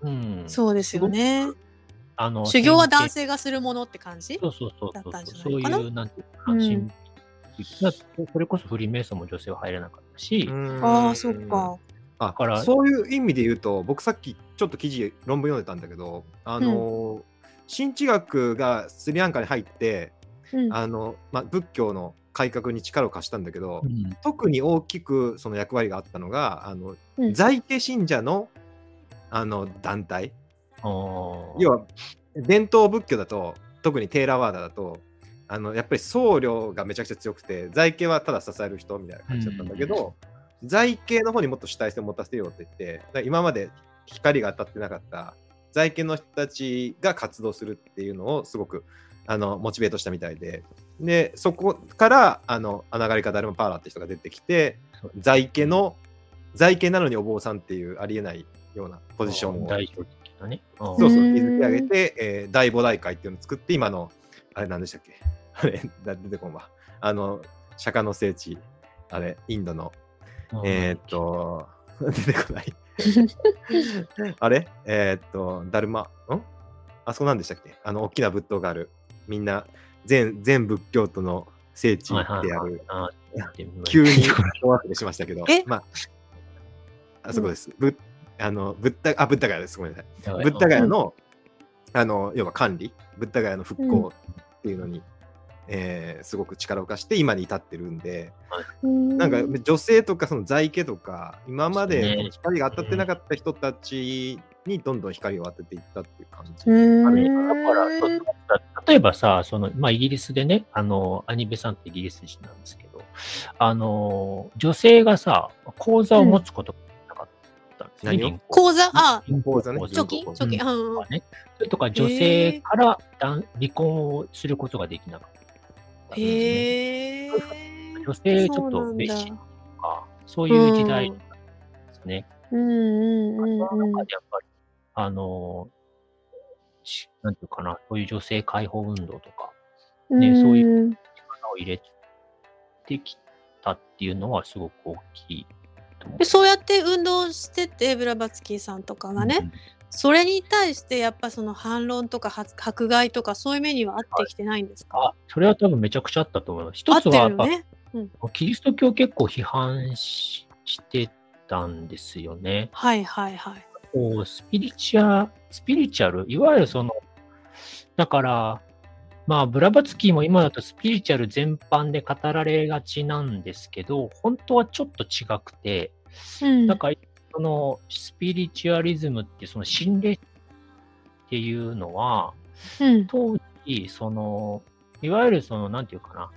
S4: うん、
S3: そうですよね。
S4: あの
S3: 修行は男。性がするものって感じ
S4: そうそうそう
S3: だ
S4: そ
S3: ったん
S4: う
S3: じゃ
S4: そう
S3: ない
S4: い
S3: かな
S4: うなんていうかな、
S3: うん
S4: 神秘なそれこそフリーメイソンも女性は入れなかったし、
S3: ああ、そっか。
S2: あ
S4: だから
S2: そういう意味で言うと僕さっきちょっと記事論文読んでたんだけどあのー、新知学がスリランカに入って
S3: うん、
S2: あの、まあ、仏教の改革に力を貸したんだけど、
S4: うん
S2: 特に大きくその役割があったのがあの、
S3: うん
S2: 在家信者のあの団体
S4: あー
S2: 要は伝統仏教だと特にテーラワーダだとあのやっぱり僧侶がめちゃくちゃ強くて財系はただ支える人みたいな感じだったんだけど、財系の方にもっと主体性を持たせようって言ってだから今まで光が当たってなかった財系の人たちが活動するっていうのをすごくあのモチベートしたみたいででそこからあの穴がりかだるまパーラーって人が出てきて
S4: そう
S2: 財系の財系なのにお坊さんっていうありえないようなポジションを
S4: 代表的なね。あー
S2: そうそうう、
S3: ん
S2: 築き上げて、えー大菩提会っていうのを作って、今の、あれ、なんでしたっけあれ、だ出てこんわ。あの、釈迦の聖地、あれ、インドの、えーっ、と、 出てこ ない。あれえーっと、だるま、んあそこなんでしたっけあの、大きな仏塔がある。みんな、全、全仏教徒の聖地ってあ
S4: はいはい
S2: る。
S4: あーやってみましょ
S2: 急
S4: う
S2: にお忘れしましたけど
S3: え、
S2: まあ、あそこです。ぶあの、ぶった、あ、ぶったからです。ごめんなさい。
S4: はい
S2: ブッダガヤの、あの要は管理、ブッダガヤの復興っていうのに、えーすごく力を貸して今に至ってるんで、
S3: な
S2: なんか女性とかその在家とか、今ま
S4: そう
S2: で
S4: ね
S2: 光が当たってなかった人たちにどんどん光を当てていったっていう感じ。
S3: うん
S2: あ
S4: だ
S2: れ
S4: からそう例えばさ、そのまあ、イギリスでね、あのアニベさんってイギリス人なんですけど、あの女性がさ、口座を持つことがなかったんですね。
S2: 何を
S4: 銀行
S3: 口座、あ、
S2: 銀行口座ね
S3: 貯金
S4: 口座
S3: 貯金、
S4: うん
S3: うんうん
S4: とかねそれとか女性から男離婚をすることができなかったんですね、
S3: へえ。
S4: 女性ちょっと別視とか、そういう時代だったんですね。
S3: うんうんうん
S4: その
S3: うん
S4: 中でやっぱり、あの、しなんていうかな、そういう女性解放運動とか、
S3: うん。
S4: ねそういう力を入れてきたっていうのはすごく大きいと思う
S3: で。そうやって運動しててブラバツキーさんとかがね、
S4: うん
S3: それに対してやっぱその反論とかは迫害とかそういう目にはあってきてないんですか、
S4: あそれは多分めちゃくちゃあったと思います。
S3: あ
S4: 一
S3: っ
S4: つ
S3: て
S4: は
S3: る
S4: やっ
S3: よ
S4: ぱ、
S3: ね。
S4: キリスト教結構批判ししてたんですよね。
S3: はいはいはい。
S4: こうスピリチュア、スピリチュアル、いわゆるその、だから、まあ、ブラバツキーも今だとスピリチュアル全般で語られがちなんですけど、本当はちょっと違くて、
S3: うん
S4: なんか、そのスピリチュアリズムって、その心霊っていうのは、
S3: うん
S4: 当時、その、いわゆるその、なんていうかな、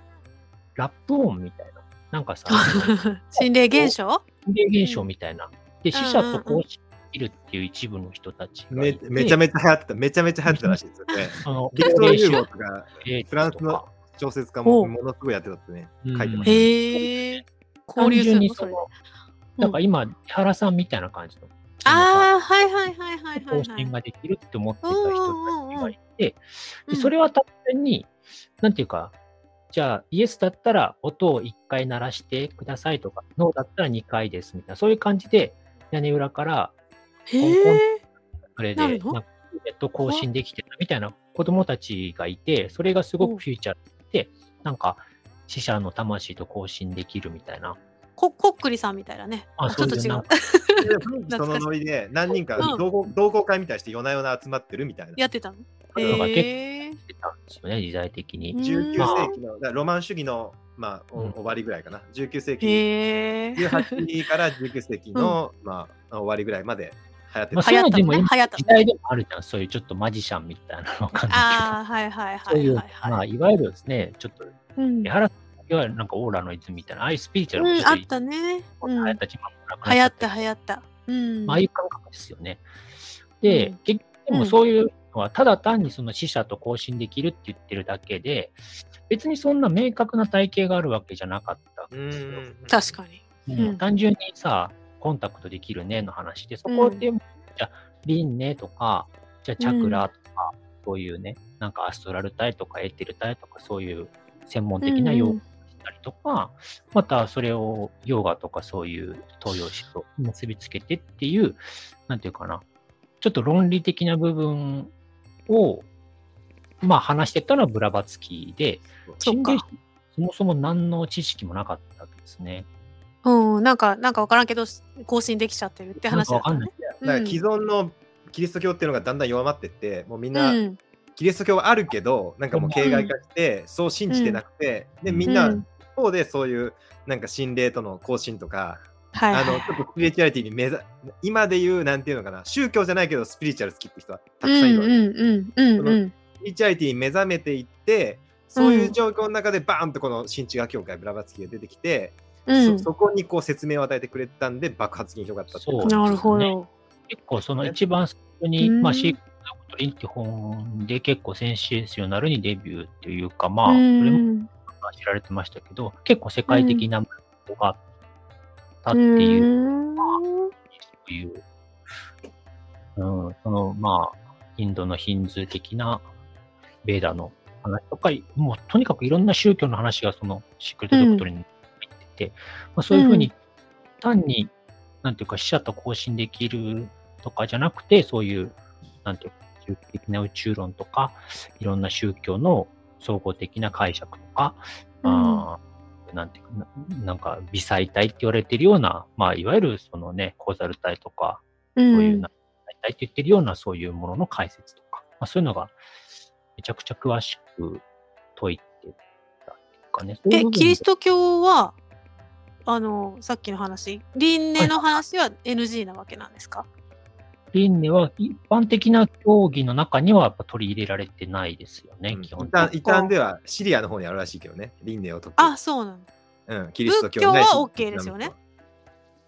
S4: ラップ音みたいな、な んかさ、
S3: 心霊現象
S4: 心霊現象みたいな。で、死者と
S3: うんうん
S4: 交信いるっていう一部の人たちがい
S2: め
S4: て
S2: めちゃめちゃ流行ってた、めちゃめちゃ流行ってたらしいですよね。
S4: その
S2: ビクトル・ユーゴとかフランスの小説家
S3: お
S2: も
S3: う
S2: ものすごいやってたってね、
S4: うん
S2: 書いてましたね。
S3: へえ。交流するのそれ。うん
S4: なんか今、原さんみたいな感じの。
S3: ああ、はいはいはいはいは
S4: 更
S3: い、はい
S4: 新。ができるって思ってた人たちがいて、
S3: うん
S4: でそれは単純に、なんていうか、じゃあ、イエスだったら音を1回鳴らしてくださいとか、ノーだったら2回ですみたいな、そういう感じで、屋根裏から
S3: へ
S4: コン
S3: え。
S4: それで
S3: な
S4: なん
S3: る
S4: か
S3: の
S4: ネット更新できてたみたいな子供たちがいて、それがすごくフューチャーで、なんか死者の魂と更新できるみたいな。
S3: ここっくりさんみたいなね。
S4: あ
S3: ちょっと
S4: そう
S3: 違
S4: いうなん
S3: う。
S2: でそのノリで何人か
S3: うん
S2: 同好同好会みたいにして夜な夜な集まってるみたいな。
S3: やってたの
S4: そういうのが結
S3: へ
S4: 構
S3: え。
S4: 出たんですよね、時代的に。
S3: うん
S2: 19
S4: まあ
S2: 世紀のだからロマン主義の、まあ、お
S4: うん
S2: 終わりぐらいかな19世紀
S3: へえ。
S2: 18世紀から19世紀の、まあ、終わりぐらいまで流行って
S4: ま
S2: た
S3: 流
S4: あ、そういう
S3: 行っ
S4: の
S3: た
S4: で
S3: の
S4: も
S3: ね。
S4: 今
S3: 流行った
S4: 時
S3: のね。
S4: 代でもあるじゃん、そういうちょっとマジシャンみたいなのわかんない
S3: ああ、はいはいは
S4: けど。そう
S3: い
S4: いう、
S3: はい
S4: ま
S3: は
S4: あ、
S3: い。
S4: いわゆるですね、ちょっと、
S3: うん
S4: 江原さん、いわゆるなんかオーラの泉みたいな、ああいうスピリチュアルも
S3: う
S4: ち
S3: ん、
S4: ょ
S3: あ
S4: っ
S3: ったね。
S4: と
S3: う
S4: 流
S3: ん、
S4: 行
S3: 流
S4: った時もなく
S3: 行
S4: なちゃ
S3: ってた流行った。うん。
S4: まああいう感覚ですよね。で、
S3: うん
S4: 結局で
S3: う
S4: も
S3: ん
S4: そういうのは、ただ単にその死者と交信できるって言ってるだけで、別にそんな明確な体系があるわけじゃなかったわけ
S2: う
S4: ですよ。
S2: ん
S3: 確かに。
S4: うん
S3: うん
S4: 単純にさ、コンタクトできるねの話で、そこで、じゃあ、輪廻とか、じゃあ、チャクラとか、そういうね、なんかアストラル体とかエーテル体とか、そういう専門的な用語
S3: うんうん
S4: したりとか、またそれをヨガとかそういう東洋思想と結びつけてっていう、なんていうかな、ちょっと論理的な部分を、まあ話してたのはブラバツキーで、
S3: そっ
S4: 心霊
S3: か
S4: 師。そもそも何の知識もなかったわけですね。
S3: うん、なんか、なんかわからんけど、更新できちゃってるって
S4: なん
S3: 話
S4: か
S3: だ
S4: わ
S3: っ
S4: か
S3: た
S4: んな
S3: ね
S4: い。。
S2: だから既存のキリスト教っていうのがだんだん弱まってってもうみんな、
S3: うん。
S2: キリスト教はあるけどなんかもう形骸化して、そう信じてなくて、でみん
S3: う
S2: なん一方でそういうなんか心霊との交信とか、
S3: はいはい
S2: あのちょっとスピリチュアリティに目ざ今で言うなんていうのかな宗教じゃないけどスピリチュアル好きって人はたくさんいるわけ、
S3: うんうんうんうん
S2: スピリチュアリティに目覚めていってそういう状況の中でバーンとこの新地学教会ブラバツキが出てきて、
S3: うん。
S2: そそこにこう説明を与えてくれたんで爆発的に広がったってい
S4: そうう
S3: なるほど。
S4: 結構その一番最初に、
S3: うん
S4: まあ、シークレット・リンって本で結構センシエンショナルにデビューっていうか、まあ、
S3: う
S4: それも
S3: ん。
S4: 知られてましたけど、結構世界的なものがあったっていう、そういう、うん、その、まあ、インドのヒンズー的なベーダの話とか、もうとにかくいろんな宗教の話がそのシークレット・ドクトリンに入ってて、まあ、そういうふうに単に、なんていうか死者と交信できるとかじゃなくて、そういう、なんていうか、宗教的な宇宙論とか、いろんな宗教の総合的な解釈とか、まあ、なんていうかな、なんか、微細体って言われてるような、まあ、いわゆるそのね、コーザル体とか、
S3: う
S4: そういう、
S3: ん
S4: な、大体言ってるような、そういうものの解説とか、まあ、そういうのが、めちゃくちゃ詳しく解いてたっていうかね。そういう
S3: え
S4: 部分、で
S3: キリスト教は、あの、さっきの話、輪廻の話は NG なわけなんですか
S4: 輪廻は一般的な競技の中にはやっぱ取り入れられてないですよね、
S2: うん
S4: 基
S2: 一
S4: 本
S2: 旦
S4: 的に。
S2: 一旦ではシリアの方にあるらしいけどね、輪廻を解く。
S3: あ、そうなんだ。
S2: うん、キリスト教
S3: 仏教は
S2: ない
S3: OK ですよね。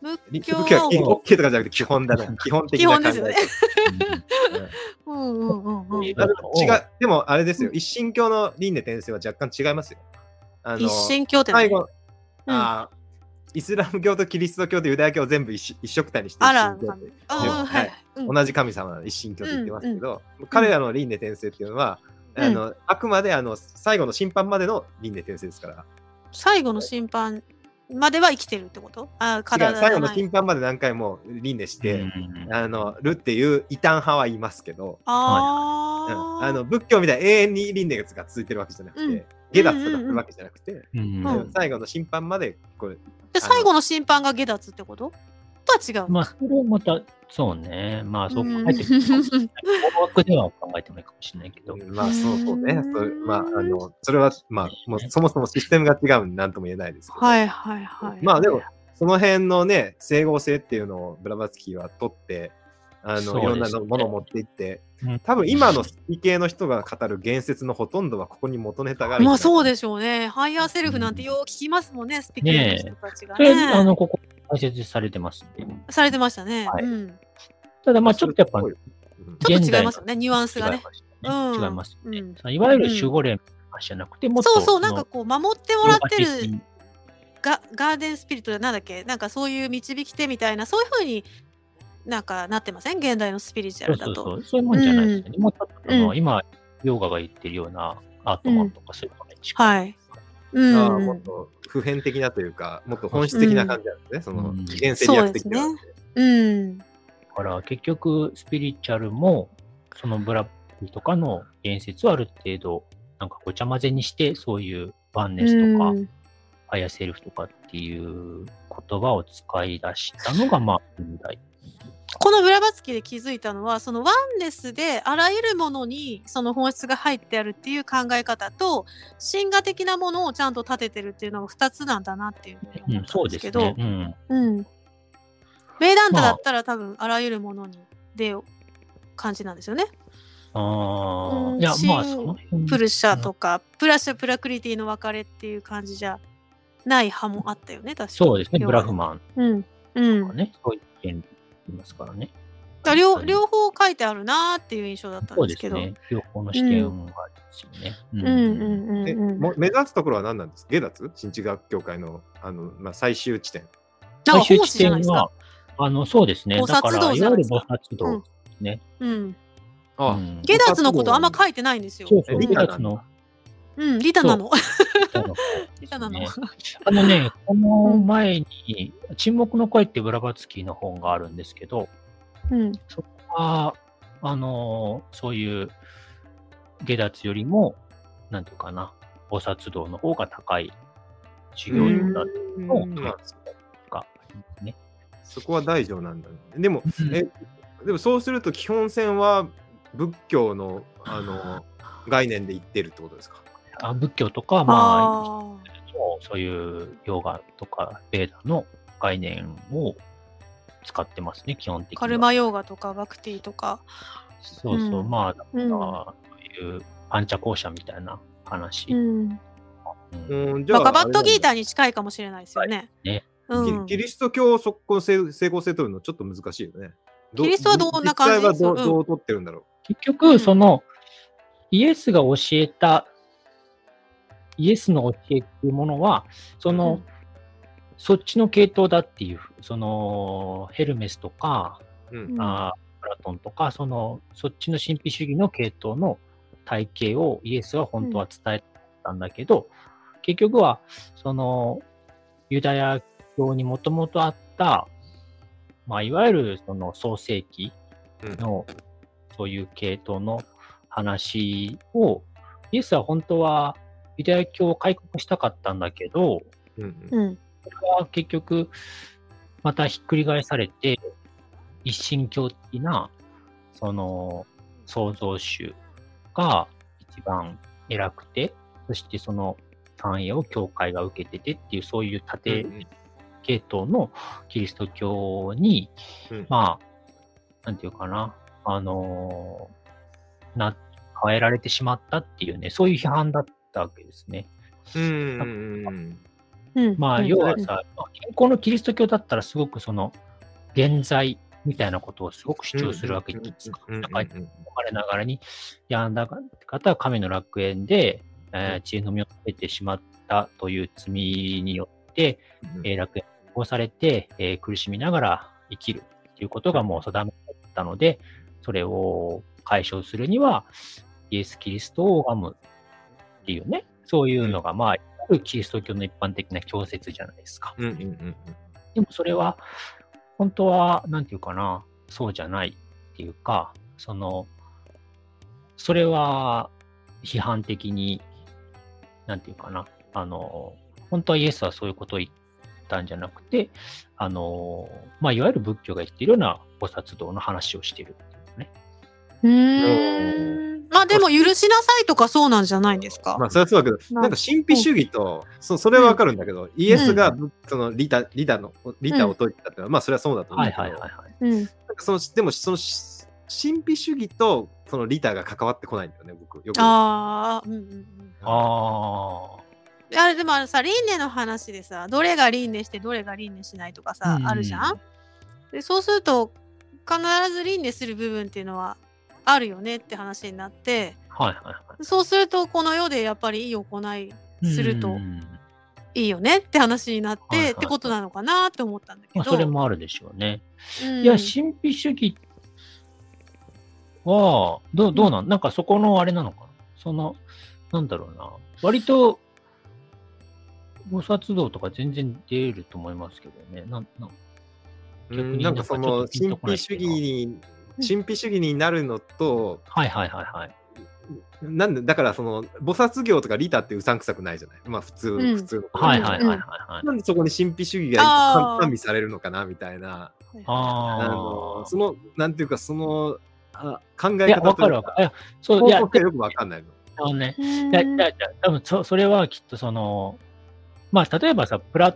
S2: 仏
S3: 仏
S2: 教
S3: 教
S2: は
S3: は
S2: OK
S3: も
S2: とかじゃなくて基本だ な。基本的な考え
S3: 基本で
S2: うん
S3: う、うんうんうんうん。
S2: あでも違う、でもあれですよ、一神教の輪廻転生は若干違いますよ。あの
S3: 一神教って何
S2: 最後、
S3: うん
S2: あーイスラム教とキリスト教とユダヤ教を全部一緒一緒くたにして
S3: あら、
S2: 一神教
S3: なんだ
S2: って
S3: あうんはい。うん
S2: 同じ神様なの一神教って言ってますけど、彼らの輪廻転生っていうのは、
S3: うん
S2: あのあくまであの最後の審判までの輪廻転生ですから、
S3: 最後の審判までは生きてるってことあ、
S2: 違う
S3: 体
S2: 最後
S3: が
S2: の
S3: ない。
S2: 審判まで何回も輪廻して、
S4: うん
S2: あのるっていう異端派はいますけど、
S3: あ
S2: うん
S3: ー
S2: あの仏教みたいに永遠に輪廻が続いてるわけじゃなくて、
S3: うん
S2: 下脱がするわけじゃなくて、
S4: うん
S3: うん
S2: 最後の審判までこれ
S3: で
S2: あの
S3: 最後の審判が下脱ってこととは違うの。
S4: まあ、それはまた、そうね。まあ、そう考
S3: うん
S4: えてみると、大枠では考えてもいいかもしれないけど。
S2: まあそうそうね
S3: うん
S2: それ,、まあ、あのそれはまあもうそもそもシステムが違うんで何とも言えないですけど、
S3: はいはいはい。
S2: まあでもその辺のね整合性っていうのをブラバツキーは取ってあ
S4: そ
S2: の、
S4: うで
S2: い
S4: すね
S2: ろんなものを持っていって
S4: うん
S2: 多分今の理系の人が語る言説のほとんどはここに元ネタがある
S3: まあそう
S2: で
S3: でしょうね。ハイヤーセルフなんてよう聞きますもんね、スピキ
S4: ね
S3: ー
S4: え
S3: の人たちが
S4: それ、あ
S3: ね。
S4: の、ここ、解説されてますね。
S3: されてましたね。
S4: はい
S3: うん
S4: ただ、まあ、ちょっとやっぱ、
S2: うん
S4: 現
S3: ちょっと違い
S4: 代
S3: ま
S4: の
S3: すよね、ニュアンスが
S4: 違い
S3: ね。
S4: ま
S3: うん
S4: すね。違いますよね
S3: うん
S4: そのいわゆる守護霊の話じゃなくて、もっと
S3: そうそう、な
S4: の
S3: んかこう、守ってもらって
S4: ローマ
S3: る
S4: 的に
S3: ガガーデンスピリットなんだっけなんかそういう導き手みたいな、そういうふうになんかなってません現代のスピリチュアルだ
S4: そうそう
S3: と。
S4: そうそういうもんじゃないですよね。もうちょっとあの、
S3: う
S4: 今、ヨガが言ってるようなアートマンとかそういうのが近い。
S3: はい。う
S2: もっ
S3: ん。
S2: と普遍的なというかもっと本質的な感じなんですね、その
S4: うん
S2: 原生理学的な
S3: そうですうん。
S4: だから結局、スピリチュアルも、そのブラックとかの言説をある程度、なんかごちゃ混ぜにして、そういうワンネスとか、
S3: うん
S4: ファイアセルフとかっていう言葉を使い出し たのが、まあ、現代。
S3: このブラバツキで気づいたのはそのワンネスであらゆるものにその本質が入ってあるっていう考え方と神話的なものをちゃんと立ててるっていうのが2つなんだなっていうふうに思っ
S4: うん、
S3: たん
S4: そう
S3: で
S4: です
S3: け
S4: す
S3: ど、
S4: ね。うん。
S3: うんベイダンタだったら多分あらゆるものに出を感じなんですよね。
S4: あ
S3: う
S4: あ。
S3: ん
S4: いや、まあ、
S3: シーン
S4: その辺
S3: プルシャとか、プラシャプラクリティの別れっていう感じじゃない派もあったよね確か
S4: そうですね。
S3: 要
S4: ブ
S3: は
S4: ラフマン
S3: うんうん
S4: とかね、そういう意見いますからね。
S3: だから両両方書いてあるなーっていう印象だったん
S4: そう
S3: で
S4: です
S3: け
S4: す
S3: ど。
S4: ね。両方の視点がありますよね。う
S3: うんうんうん
S2: え
S3: うん
S2: も目指すところは何なんですか下脱新地学協会のあの、まあ、最終地点。
S3: なん
S4: 最
S3: か奉
S4: 終
S3: 仕
S4: 地
S3: じゃない
S4: 点
S3: ですか
S4: は。、あの、そうですね。
S3: 菩薩
S4: だから、い
S3: 道
S4: わ
S3: じ
S4: ゆ
S3: ゃ
S4: る
S3: ないです
S4: 菩
S3: か
S4: 薩
S3: う
S4: 道
S3: ん。うん。
S2: あ
S4: うん
S3: ゲダーツのことあんま書いてないんですよ。
S4: そうそう、
S2: リ
S4: リ
S2: タ
S4: タ
S2: なんだ
S4: の。
S3: うん、リタなの。 リタなの
S4: ね。あのね、この前に、沈黙の声ってブラバツキーの本があるんですけど、
S3: うん。
S4: あーあのーそういう下脱よりも、なんていうかな、菩薩道の方が高い修行
S2: う
S4: 道
S2: ん
S4: だっ
S2: う
S4: の
S2: ん
S4: と
S2: まあ
S4: か、ね。
S2: そこは大乗なんだ。でも、えでもそうすると基本線は仏教のあの概念で言ってるってことですか。
S4: あ仏教とか、まあ、
S3: ああ。
S4: そういうヨガとかベーダの概念を使ってますね、基本的には。
S3: カルマヨーガとかバクティとか。
S4: そうそう、
S3: うん
S4: まあ、だか
S3: う
S4: ら、
S3: ん。
S4: そういうパンチャ校舎みたいな話。
S3: うん。
S4: うん
S2: うん、じゃあ
S3: バカバットギータ
S2: ー
S3: ーに近いかもしれないですよね。
S4: ね
S3: うん。
S2: キ
S3: キ
S2: リスト教をそこ成成功性取るのちょっと難しいよね。ど
S3: キリストはどんな感じ
S2: 実際はど
S3: そう
S2: う
S3: うん
S2: どう取ってるんだろ
S4: 結
S3: うん
S4: 局、その、イエスが教えた、イエスの教えっていうものは、そ
S3: う
S4: の、
S3: ん
S4: そっちの系統だっていう、その、ヘルメスとか、
S2: う。うん
S3: うん
S4: あープラトンとか、その、そっちの神秘主義の系統の体系をイエスは本当は伝えたんだけど、結局は、その、ユダヤ教にもともとあった、まあ、いわゆるその創世紀の、そういう系統の話を、イエスは本当はユダヤ教を開国したかったんだけど、
S2: うんうん
S3: うん。
S4: それは結局、またひっくり返されて、一神教的な、その、創造主が一番偉くて、そしてその単位を教会が受けててっていう、そういう
S2: うんう
S4: 縦
S2: ん
S4: 系統のキリスト教に、
S2: うん
S4: まあ、なんていうかな、あのーな、変えられてしまったっていうね、そういう批判だったわけですね。
S2: うんうんうん
S3: うん
S4: まあ、
S3: うん
S4: 要はさ、まあ健康のキリスト教だったらすごくその、現在みたいなことをすごく主張するわけじゃないですか。
S2: うんうん
S4: だ
S2: う
S4: から、
S2: ん
S4: 我ながらに、やんだ方は神の楽園で、えー知恵の実を得てしまったという罪によって、
S2: うん
S4: えー楽園に移行されて、えー苦しみながら生きるということがもう定めだったので、それを解消するには、イエス・キリストを拝むっていうね、そういうのが、まあ、いわゆるキリスト教の一般的な教説じゃないですか。
S2: うんうんうん
S4: でもそれは、本当は、なんていうかな、そうじゃないっていうか、その、それは批判的に、なんていうかな、あの、本当はイエスはそういうことを言ったんじゃなくて、あの、まあ、いわゆる仏教が言っているような菩薩道の話をしているっていうね。
S3: うーんまあでも許しなさいとかそうなんじゃないんですか、
S2: まあそれはそうだけど、
S3: まあ
S2: なんか神秘主義と、そそれはわかるんだけど、イエスがそのリタリタのリタを解いてたってのは、まあそれはそうだと思うけ
S4: はい
S2: ど。
S4: はいはいはい。
S3: う
S2: な
S3: ん、
S2: んかそのでもそのし神秘主義とそのリタが関わってこないんだよね僕よく
S3: ああ、うんうんうん
S4: ああ。
S3: あれでもあれさ輪廻の話でさどれが輪廻してどれが輪廻しないとかさ、
S4: うん
S3: あるじゃんでそうすると必ず輪廻する部分っていうのはあるよねって話になって
S4: はいはいは
S3: そうするとこの世でやっぱりいい行い
S4: い。
S3: すると
S4: うん
S3: いいよねって話になって、
S4: はいはい
S3: ってことなのかなって思ったんだけ
S4: ま
S3: ど、
S4: あ、それもあるでしょうね。
S3: うん
S4: いや、神秘主義は、どうどうなん、なんかそこのあれなのかなその、なんだろうな。割と、菩薩道とか全然出ると思いますけどね。なんなん
S2: う
S4: 逆
S2: ん
S4: に
S2: なんかその
S4: ちょ
S2: 神
S4: っとピ
S2: 秘
S4: ンと
S2: 主
S4: こない
S2: 義に神秘主義になるのと
S4: はいはいはいはい。
S2: なんでだからその菩薩行とかリタってうさんくさくないじゃないまあ普通、
S3: うん
S2: 普通の
S4: はいはいはいはい、はい。
S2: なんでそこに神秘主義が
S3: あー
S2: 完備されるのかなみたいなあ
S4: あ
S2: の
S4: あ。
S2: そのなんていうかそのあ考え
S4: いや、
S2: 方と
S4: わか
S2: い
S4: る
S2: う
S4: わ
S2: か
S4: かる。いや、そう、
S2: 方
S4: いや、
S2: 向性がよくわかんないの。
S4: あのね、
S3: うん
S4: いや、いや、いや多分そ、それはきっとその、まあ、例えばさ、プラ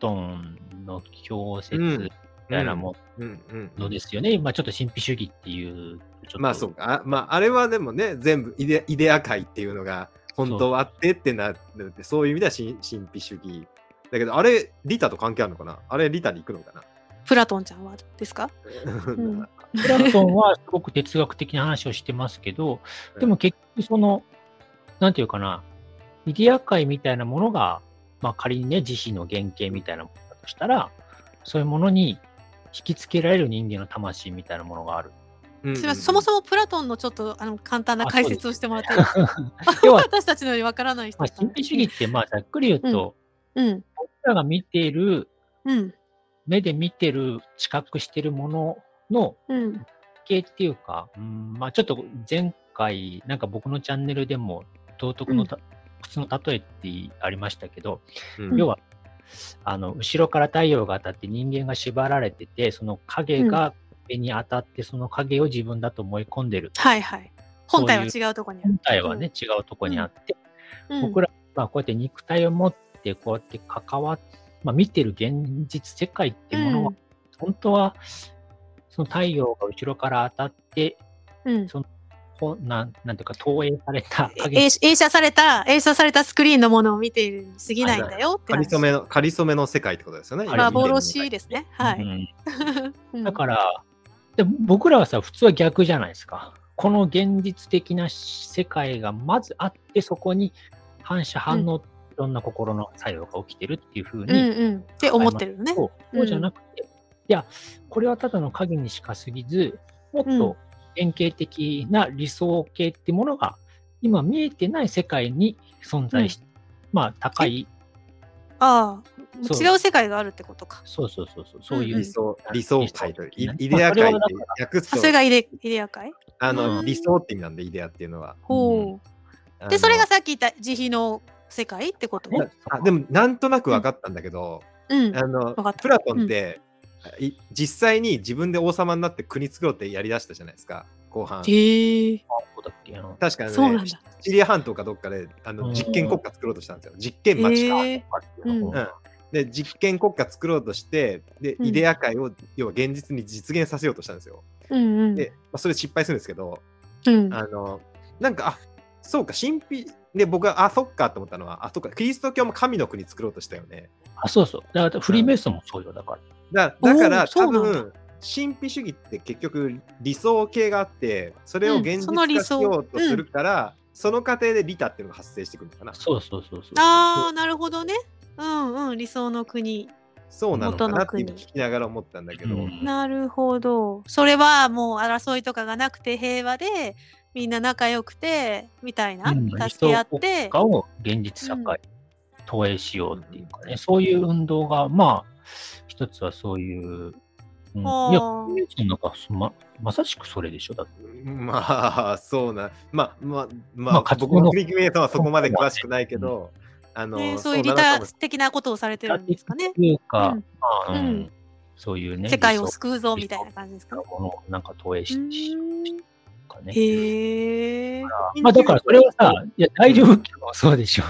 S4: トンの教説みたいなも
S2: うんうん
S4: のですよね。まあ、ちょっと神秘主義っていう、ちょっと
S2: まあそうか、あまああれはでもね、全部イデイデア界っていうのが本当はあってってなるって、そういう意味では神神秘主義。だけど、あれ、リタと関係あるのかなあれ、リタに行くのかな、
S3: プラトンちゃんはですか、ん
S4: プラトンはすごく哲学的な話をしてますけ ど、でも結局その、なんていうかな、イデア界みたいなものが、まあ仮にね、自身の原型みたいなものだとしたら、そういうものに引き付けられる人間の魂みたいなものがある。
S2: うん
S3: すいませんそも
S2: も。
S3: そもプラトンのちょっとあの簡単な解説をしてもらっていいですか
S4: 要 は、
S3: 私たちのよりわからない人
S4: まあ、神秘主義って、まあざっくり言うと、
S3: うん
S4: 僕らが見ている、
S3: うん
S4: 目で見てる、知覚してるものの
S3: うん
S4: 系っていうか、うんまあ、ちょっと前回、なんか僕のチャンネルでも、道徳のた、靴の例えってありましたけど、
S2: うん
S4: 要は、あの、後ろから太陽が当たって人間が縛られてて、その影が目に当たって、その影を自分だと思い込んでる。
S3: はいはい本体は
S4: そう
S3: 違うとこにある
S4: 本体はね、違うとこにあって、
S3: うん
S4: 僕らはこうやって肉体を持って、こうやって関わっまあ、見てる現実世界っていうものは、本当は、その太陽が後ろから当たって、
S3: うん
S4: こうなんなんていうか投影された影
S3: 映映写された映写されたスクリーンのものを見ているに過ぎないんだよって
S2: かり
S3: 話
S2: そめの、かりそめの世界ってことですよね。
S4: まあ
S2: 今見てるのが
S3: 幻ですねは
S4: う
S3: い、
S4: ん
S3: うん
S4: だからで僕らはさ普通は逆じゃないですかこの現実的な世界がまずあってそこに反射反応、いろんな心の作用が起きてるっていうふう
S3: うん
S4: に、
S3: うんって思ってるのね
S4: そうそうじゃなくて、いやこれはただの影にしか過ぎずもっ
S3: うん
S4: と典型的な理想形ってものが今見えてない世界に存在して、まあ高い
S3: ああ
S4: そう
S3: 違う世界があるってことか
S4: そうそうそうそうそうい
S3: うん
S4: う
S2: 理想、理想界という、イイデア
S4: まあそれは
S2: 界
S4: だ
S2: で
S4: から
S2: 訳す
S3: そ
S2: と
S3: れ、がイデイデア界
S2: あ
S3: う
S2: の
S3: ん
S2: 理想って意味なんで、イデアっていうのは。
S3: ほ
S2: あ
S3: う
S2: の
S3: でそれがさっき言った慈悲の世界ってこと
S4: ね
S2: あでも、なんとなく分かったんだけど、
S3: うん
S2: あの
S3: かった
S2: プラトンって、い実際に自分で王様になって国作ろうってやりだしたじゃないですか後半
S3: へえ
S4: そうだっけな。
S2: 確かに、ね、
S3: そうなんだ
S2: シチリア半島かどっかであ
S4: う
S2: の
S4: ん
S2: 実験国家作ろうとしたんですよ。実験
S3: へ
S2: 町か。
S3: えうん
S2: うんで、実験国家作ろうとして、で、
S3: うん
S2: イデア界を、要は現実に実現させようとしたんですよ。
S3: うんうん。
S2: で、まあ、それ失敗するんですけど、
S3: うん。
S2: あの、なんか、あそうか、神秘で、僕は、あ、そっかと思ったのは、あ、そっか、キリスト教も神の国作ろうとしたよね。
S4: あ、そうそう。だからフリーメイソンもそうよ、だから。
S2: だだから、
S3: おーそ
S2: 多
S3: うなんだ
S2: 分、神秘主義って結局、理想系があって、それを
S3: うん
S2: 現
S3: その
S2: 実
S3: 理
S2: 化し
S3: 想
S2: ようとするから、その過程で利他っていうのが発生してくるのかな。
S4: そうそうそうそう。
S3: ああ、なるほどね。うんうん。理想の国。
S2: そうなのかなって今
S3: 元の国
S2: 聞きながら思ったんだけど、
S4: うん
S3: なるほど。それはもう争いとかがなくて平和で、みんな仲良くて、みたいな。
S4: うん
S3: 助け合っ
S4: 理
S3: て
S4: 想国。家を現実社会、投影しようっていうかね、そういう運動が、まあ、一つはそういう、うん、い
S3: あー
S4: や、フリーメイソンなんかそままさしくそれでしょ、だって。
S2: まあ、そうな、まあ、まあ、ま
S4: ま
S2: あ、
S4: あ活動
S2: 僕も
S4: の
S2: クリックメイトはそこまで詳しくないけど、あの、
S3: ね、そうい
S2: なの
S3: う利
S2: か
S3: 他
S2: も
S3: 的なことをされてるんですかね。
S4: というか、
S3: うん
S4: まあ、うん
S3: うん
S4: そういうね、
S3: 世界を
S4: 理想
S3: 救うぞみたいな感じですかね。
S4: のものをなんか投影し
S3: う
S4: し
S3: ーん
S4: とかね。
S3: へえ。
S4: まあ、だからそれはさ、いや、大丈夫っていうのはそうでしょ。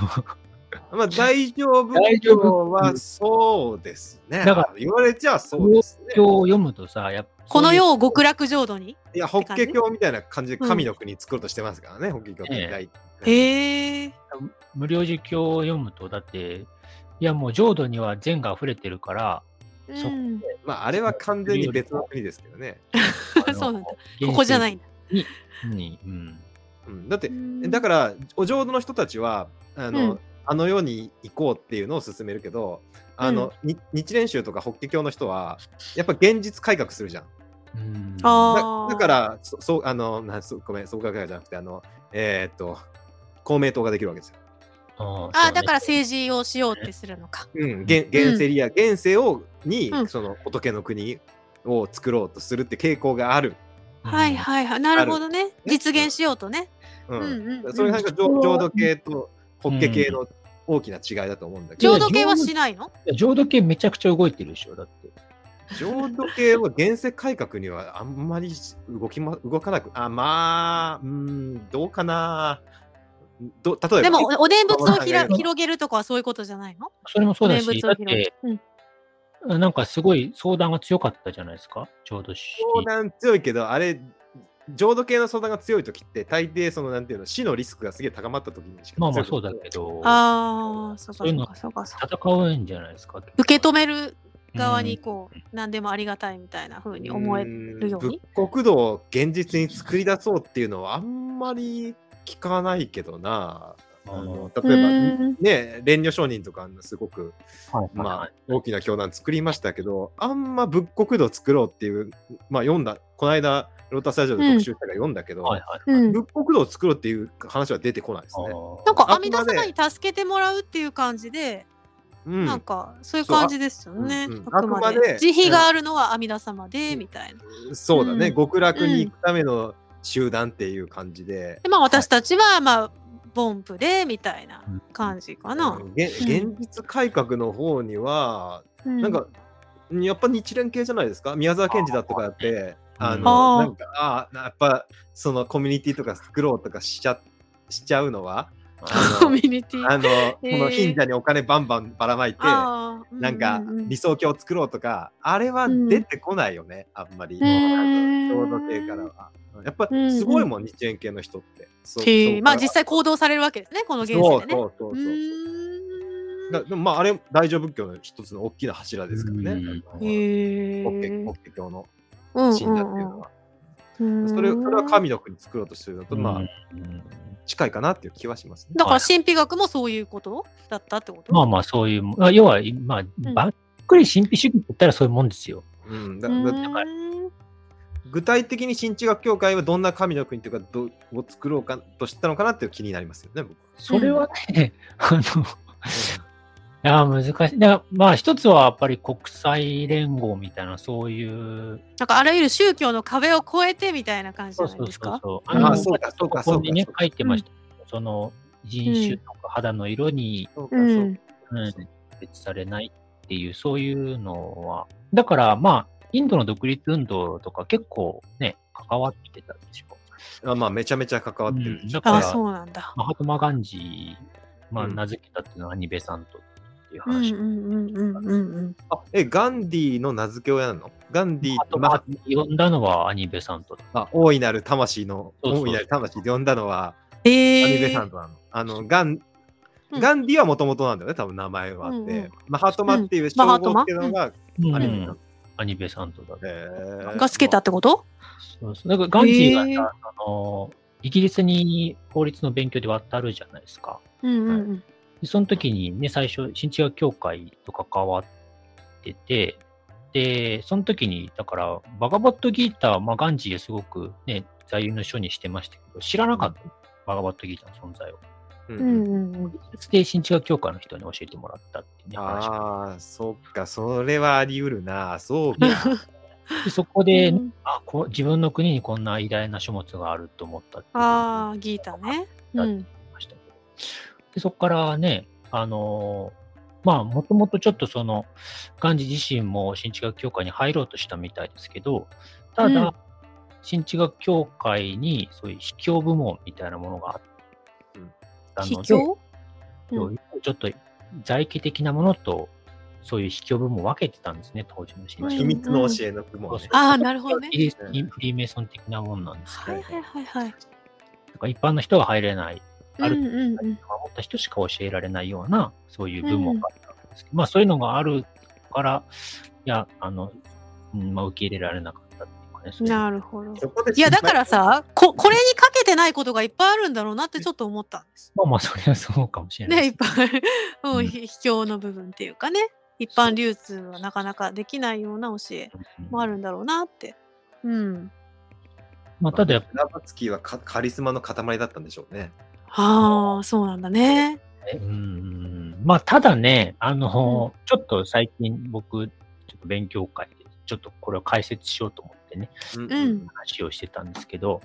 S2: まあ、大丈夫
S4: 大丈夫
S2: はそうですね。
S4: だから
S2: 言われちゃそうですね。
S4: 今日読むとさ、やっぱ
S3: この
S4: そういう
S3: 世を極楽浄土に。
S2: いや、法華経みたいな感じで神の国作ろうとしてますからね、法華経って
S4: ええ
S2: 大体。
S3: へえ。
S4: 無料儒教を読むと、だって、いや、もう浄土には善が溢れてる から、そ
S3: うん
S2: まあ、あれは完全に別の国ですけどね。
S4: あの
S3: そうなんだ。ここじゃない。んだ。
S4: に、うん。
S2: うん、だって、だから、お浄土の人たちは、あの、
S3: うん
S2: あの世に行こうっていうのを勧めるけど、あの、に日蓮宗とか法華経の人は、やっぱ現実改革するじゃん。
S4: うん
S3: あー
S2: だだから、そそう、あの、なんそうごめん、創価学会じゃなくて、あの、えーっと、公明党ができるわけですよ。
S4: あ
S3: ああ、だから政治をしようってするのか。
S2: うん、現現世リア、現世をに、
S3: うん
S2: その仏の国を作ろうとするって傾向がある。
S3: はいはいはい。なるほどね。
S2: る
S3: 実現しようとね。
S2: う
S3: うん
S2: ん
S3: うんうん。
S2: それなんか浄浄土系と法華系の大きな違いだと思うんだけど、
S3: 浄土系はしないの
S4: いや浄土系めちゃくちゃ動いてるでしょ、だって。
S2: 浄土系は現世改革にはあんまり動き、ま、動かなく、あ、まあ、うん、どうかな。ど例えば、
S3: でも、おお念仏をひら
S2: うん
S3: 広げるとかはそういうことじゃないの
S4: それもそ
S3: お
S4: うだ
S3: 念
S4: し、
S3: 仏
S4: だ
S3: を
S4: っ
S3: 広げ
S4: て
S3: る、。うん
S4: なんかすごい相談が強かったじゃないですか、浄土宗。
S2: 相談強いけど、あれ、浄土系の相談が強いときって、大抵、その、なんていうの、死のリスクがすげえ高まったときにしか
S4: まあまあ
S2: 強
S4: そ
S2: く
S4: うだ
S2: な
S4: けど、
S3: ああ、そうか
S4: そういう
S3: そう
S4: の
S3: かそうかそうか。
S4: 戦うんじゃないですか。
S3: 受け
S4: 止
S3: 止める側にこう、何でもありがたいみたいな風に思える。
S2: る
S3: ように
S2: 仏国土を現実に作り出そうっていうのはあんまり聞かないけどな。あの例
S3: う
S2: えば
S3: ーん
S2: ね、蓮女商人とかあんなすごく、
S4: はい
S2: まあ、大きな教団作りましたけど、あんま仏国土を作ろうっていう、まあ読んだ、この間、ロータスタジオで特集したから読んだけど、
S4: はいはい。
S3: うん
S2: 仏国土を作ろうっていう話は出てこないですね。
S3: なんか
S2: あ
S3: 阿
S2: く
S3: 弥
S2: ま
S3: 陀
S2: で
S3: 様に助けてもらうっていう感じで、
S2: うん
S3: なんかそういう感じですよね。
S2: そうあ
S3: あ
S2: うんうんあ
S3: くま
S2: くまで
S3: で。慈悲があるのは阿弥陀様で、みたいな。
S2: そうだね、
S3: うん
S2: 極楽に行くための集団っていう感じで、
S3: で、まあ私たちは、まあ、凡夫で、みたいな感じかな。
S2: げ現実改革の方には、なんか、やっぱ日蓮系じゃないですか宮沢賢治だとかだって、
S4: あー
S2: あ
S3: あ
S2: の、な
S3: ー
S2: んか、あーやっぱ、そのコミュニティとか作ろうとかしちゃしちゃうのは、あ
S3: コ
S2: の
S3: ミュニティ。
S2: あの、
S3: ー
S2: この貧者にお金バンバンばらまいて、
S3: あー
S2: なんか
S3: ううう
S2: 理想郷を作ろうとか、あれは出てこないよね、あんまり。
S3: うーん
S2: 浄土系からは。やっぱ
S3: うん
S2: すごいもん、日蓮系の人って。そう
S3: へ
S2: そ
S3: ー
S2: う
S3: まあ実際行動されるわけですね、この現世でね。
S2: そうそうそう
S3: う
S2: そう
S3: ーん
S2: だでもまああれ大乗仏教の一つの大きな柱ですからね。あの
S3: へ
S2: 法華
S3: ー
S2: 法華経の
S3: うん
S2: 信者っていうのは、
S3: うんうん
S2: それそれは神の国作ろうとしてるのと、まあ近いかなっていう気はしますね。
S3: だから神秘学もそういうことだったってこと
S4: まあまあそういう、まあ要は、まあ、ばっくり神秘主義って言ったらそういうもんですよ。
S2: うん、だ
S3: う
S2: だ
S3: ーん
S2: 具体的に新地学協会はどんな神の国というかどうを作ろうかとしたのかなっていう気になりますよね。僕
S4: それはね、 あの、 いや、難しい。だからまあ、一つはやっぱり国際連合みたいな、そういう。
S3: なんかあらゆる宗教の壁を越えてみたいな感じじゃないですか。
S4: そう。
S2: あ
S4: の
S2: そうかそうか
S4: ここにね
S2: そう、か
S4: 書いてましたけど。その、人種とか肌の色に、
S2: そうか
S3: う
S2: そうんか
S4: うん、区別されないっていう、そういうのは。だから、まあ、インドの独立運動とか結構ね、関わってたでしょ。
S2: あまあめちゃめちゃ関わってる
S4: うんだ。か
S3: あ
S4: ら
S3: あ、そうなんだ。
S4: マハトマ・ガンジー、まあ、
S2: うん
S4: 名付けたっていうのはアニベさんとっていう
S3: うんう
S4: 話。
S3: んうんうんうんうん。
S2: あえ、ガンディーの名付け親なのガンディー
S4: あと、
S2: ま
S4: まあ、呼んだのはアニベさんと。
S2: あ、大いなる魂の、
S4: そうそう
S2: 大いなる魂で呼んだのは、アニ
S3: え
S2: メ
S3: え
S2: さんとなの。あの、ガン、
S3: うん
S2: ガンディはもともとなんだよね、多分名前はあって。
S3: うんうん
S2: マハトマっていう称
S3: マハ
S2: 号
S3: ト
S2: を
S3: マ
S2: つけたのが、
S4: う
S2: アニメさん
S4: ん。アニベさんとだね。
S2: えー
S3: がつけたってこと
S4: そうそうなんかガンジーがさ、
S3: へー
S4: あの、イギリスに法律の勉強で渡るじゃないですか。
S3: うんうんうん。
S4: でその時にね、最初、新地学協会と関わってて、で、その時に、だから、バガバットギーター、まあ、ガンジーすごくね、座右の書にしてましたけど、知らなかった、バガバットギーターの存在を。
S2: う
S3: うん
S2: うん
S3: んうんうん。
S4: で、新地学協会の人に教えてもらったっていうね、話
S2: ああ、そっか、それはあり得るな、そうか。
S4: でそこで、
S3: うん
S4: あこう自分の国にこんな偉大な書物があると思ったっていう
S3: ああ、ギータね。うん。
S4: ましたけど。で、そこからね、あのーまあ、もともとちょっとその、ガンジ自身も新知学協会に入ろうとしたみたいですけど、ただ、
S3: うん
S4: 新知学協会にそういう秘境部門みたいなものがあった
S3: 秘
S4: ので、
S3: 境うん
S4: ちょっと在籍的なものと、そういう秘境部門を分けてたんですね、当時の新
S3: うん
S4: 知
S2: 秘密の教えの雲ね。
S3: ああ、なるほどね
S4: イ。ギリスにフリーメイソン的なもんなんですけ
S3: は
S4: ど、
S3: いはいはいはい。
S4: だから一般の人が入れないあ
S3: う
S4: る
S3: んうんうん。
S4: 守った人しか教えられないような、そういう部門があったんですけど、まあそういうのがあるから、いや、あの、うんまあ、受け入れられなかったっていうかね、そういう
S3: なるほど。
S2: そこで
S3: いやだからさこ、これにかけてないことがいっぱいあるんだろうなってちょっと思ったんです。
S4: まあまあ、それはそうかもしれない
S3: ね、い
S4: で
S3: っ
S4: す。
S3: ぱいある。
S4: う
S3: うんん、ひ秘境の部分っていうかね、一般流通はなかなかできないような教えもあるんだろうなって。うん。
S4: まあ、ただやっぱ
S2: ブラバツキーはカカリスマの塊だったんでしょうね。
S3: ああ、そうなんだね。
S4: りね、うん、まあただね、あの、ちょっと最近僕、ちょっと勉強会で、ちょっとこれを解説しようと思ってね、
S2: うん
S3: うん。
S4: 話をしてたんですけど、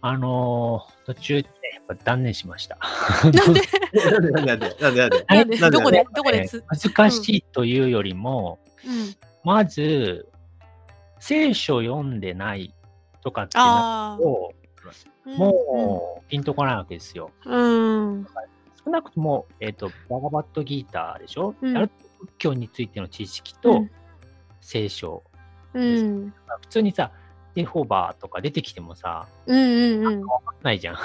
S4: あの途中で、ね、やっぱ断念しました。
S3: なんで、
S2: なんでなんでなんでなんで
S3: なんで、
S2: なんで
S3: どこで、どこでつ、
S4: 難しいというよりも、
S3: うん。
S4: まず、聖書読んでないとかってな
S3: あ
S4: ると、
S3: あ。
S4: もうピンとこないわけですよ。
S3: うん、うん。
S4: 少なくとも、えっ、と、バガバットギーターでしょ、
S3: うん
S4: ある仏教についての知識
S3: う
S4: と
S3: ん
S4: 聖書。
S3: うん。
S4: 普通にさ、デホバーとか出てきてもさ、
S3: うんうん
S4: ないじゃん。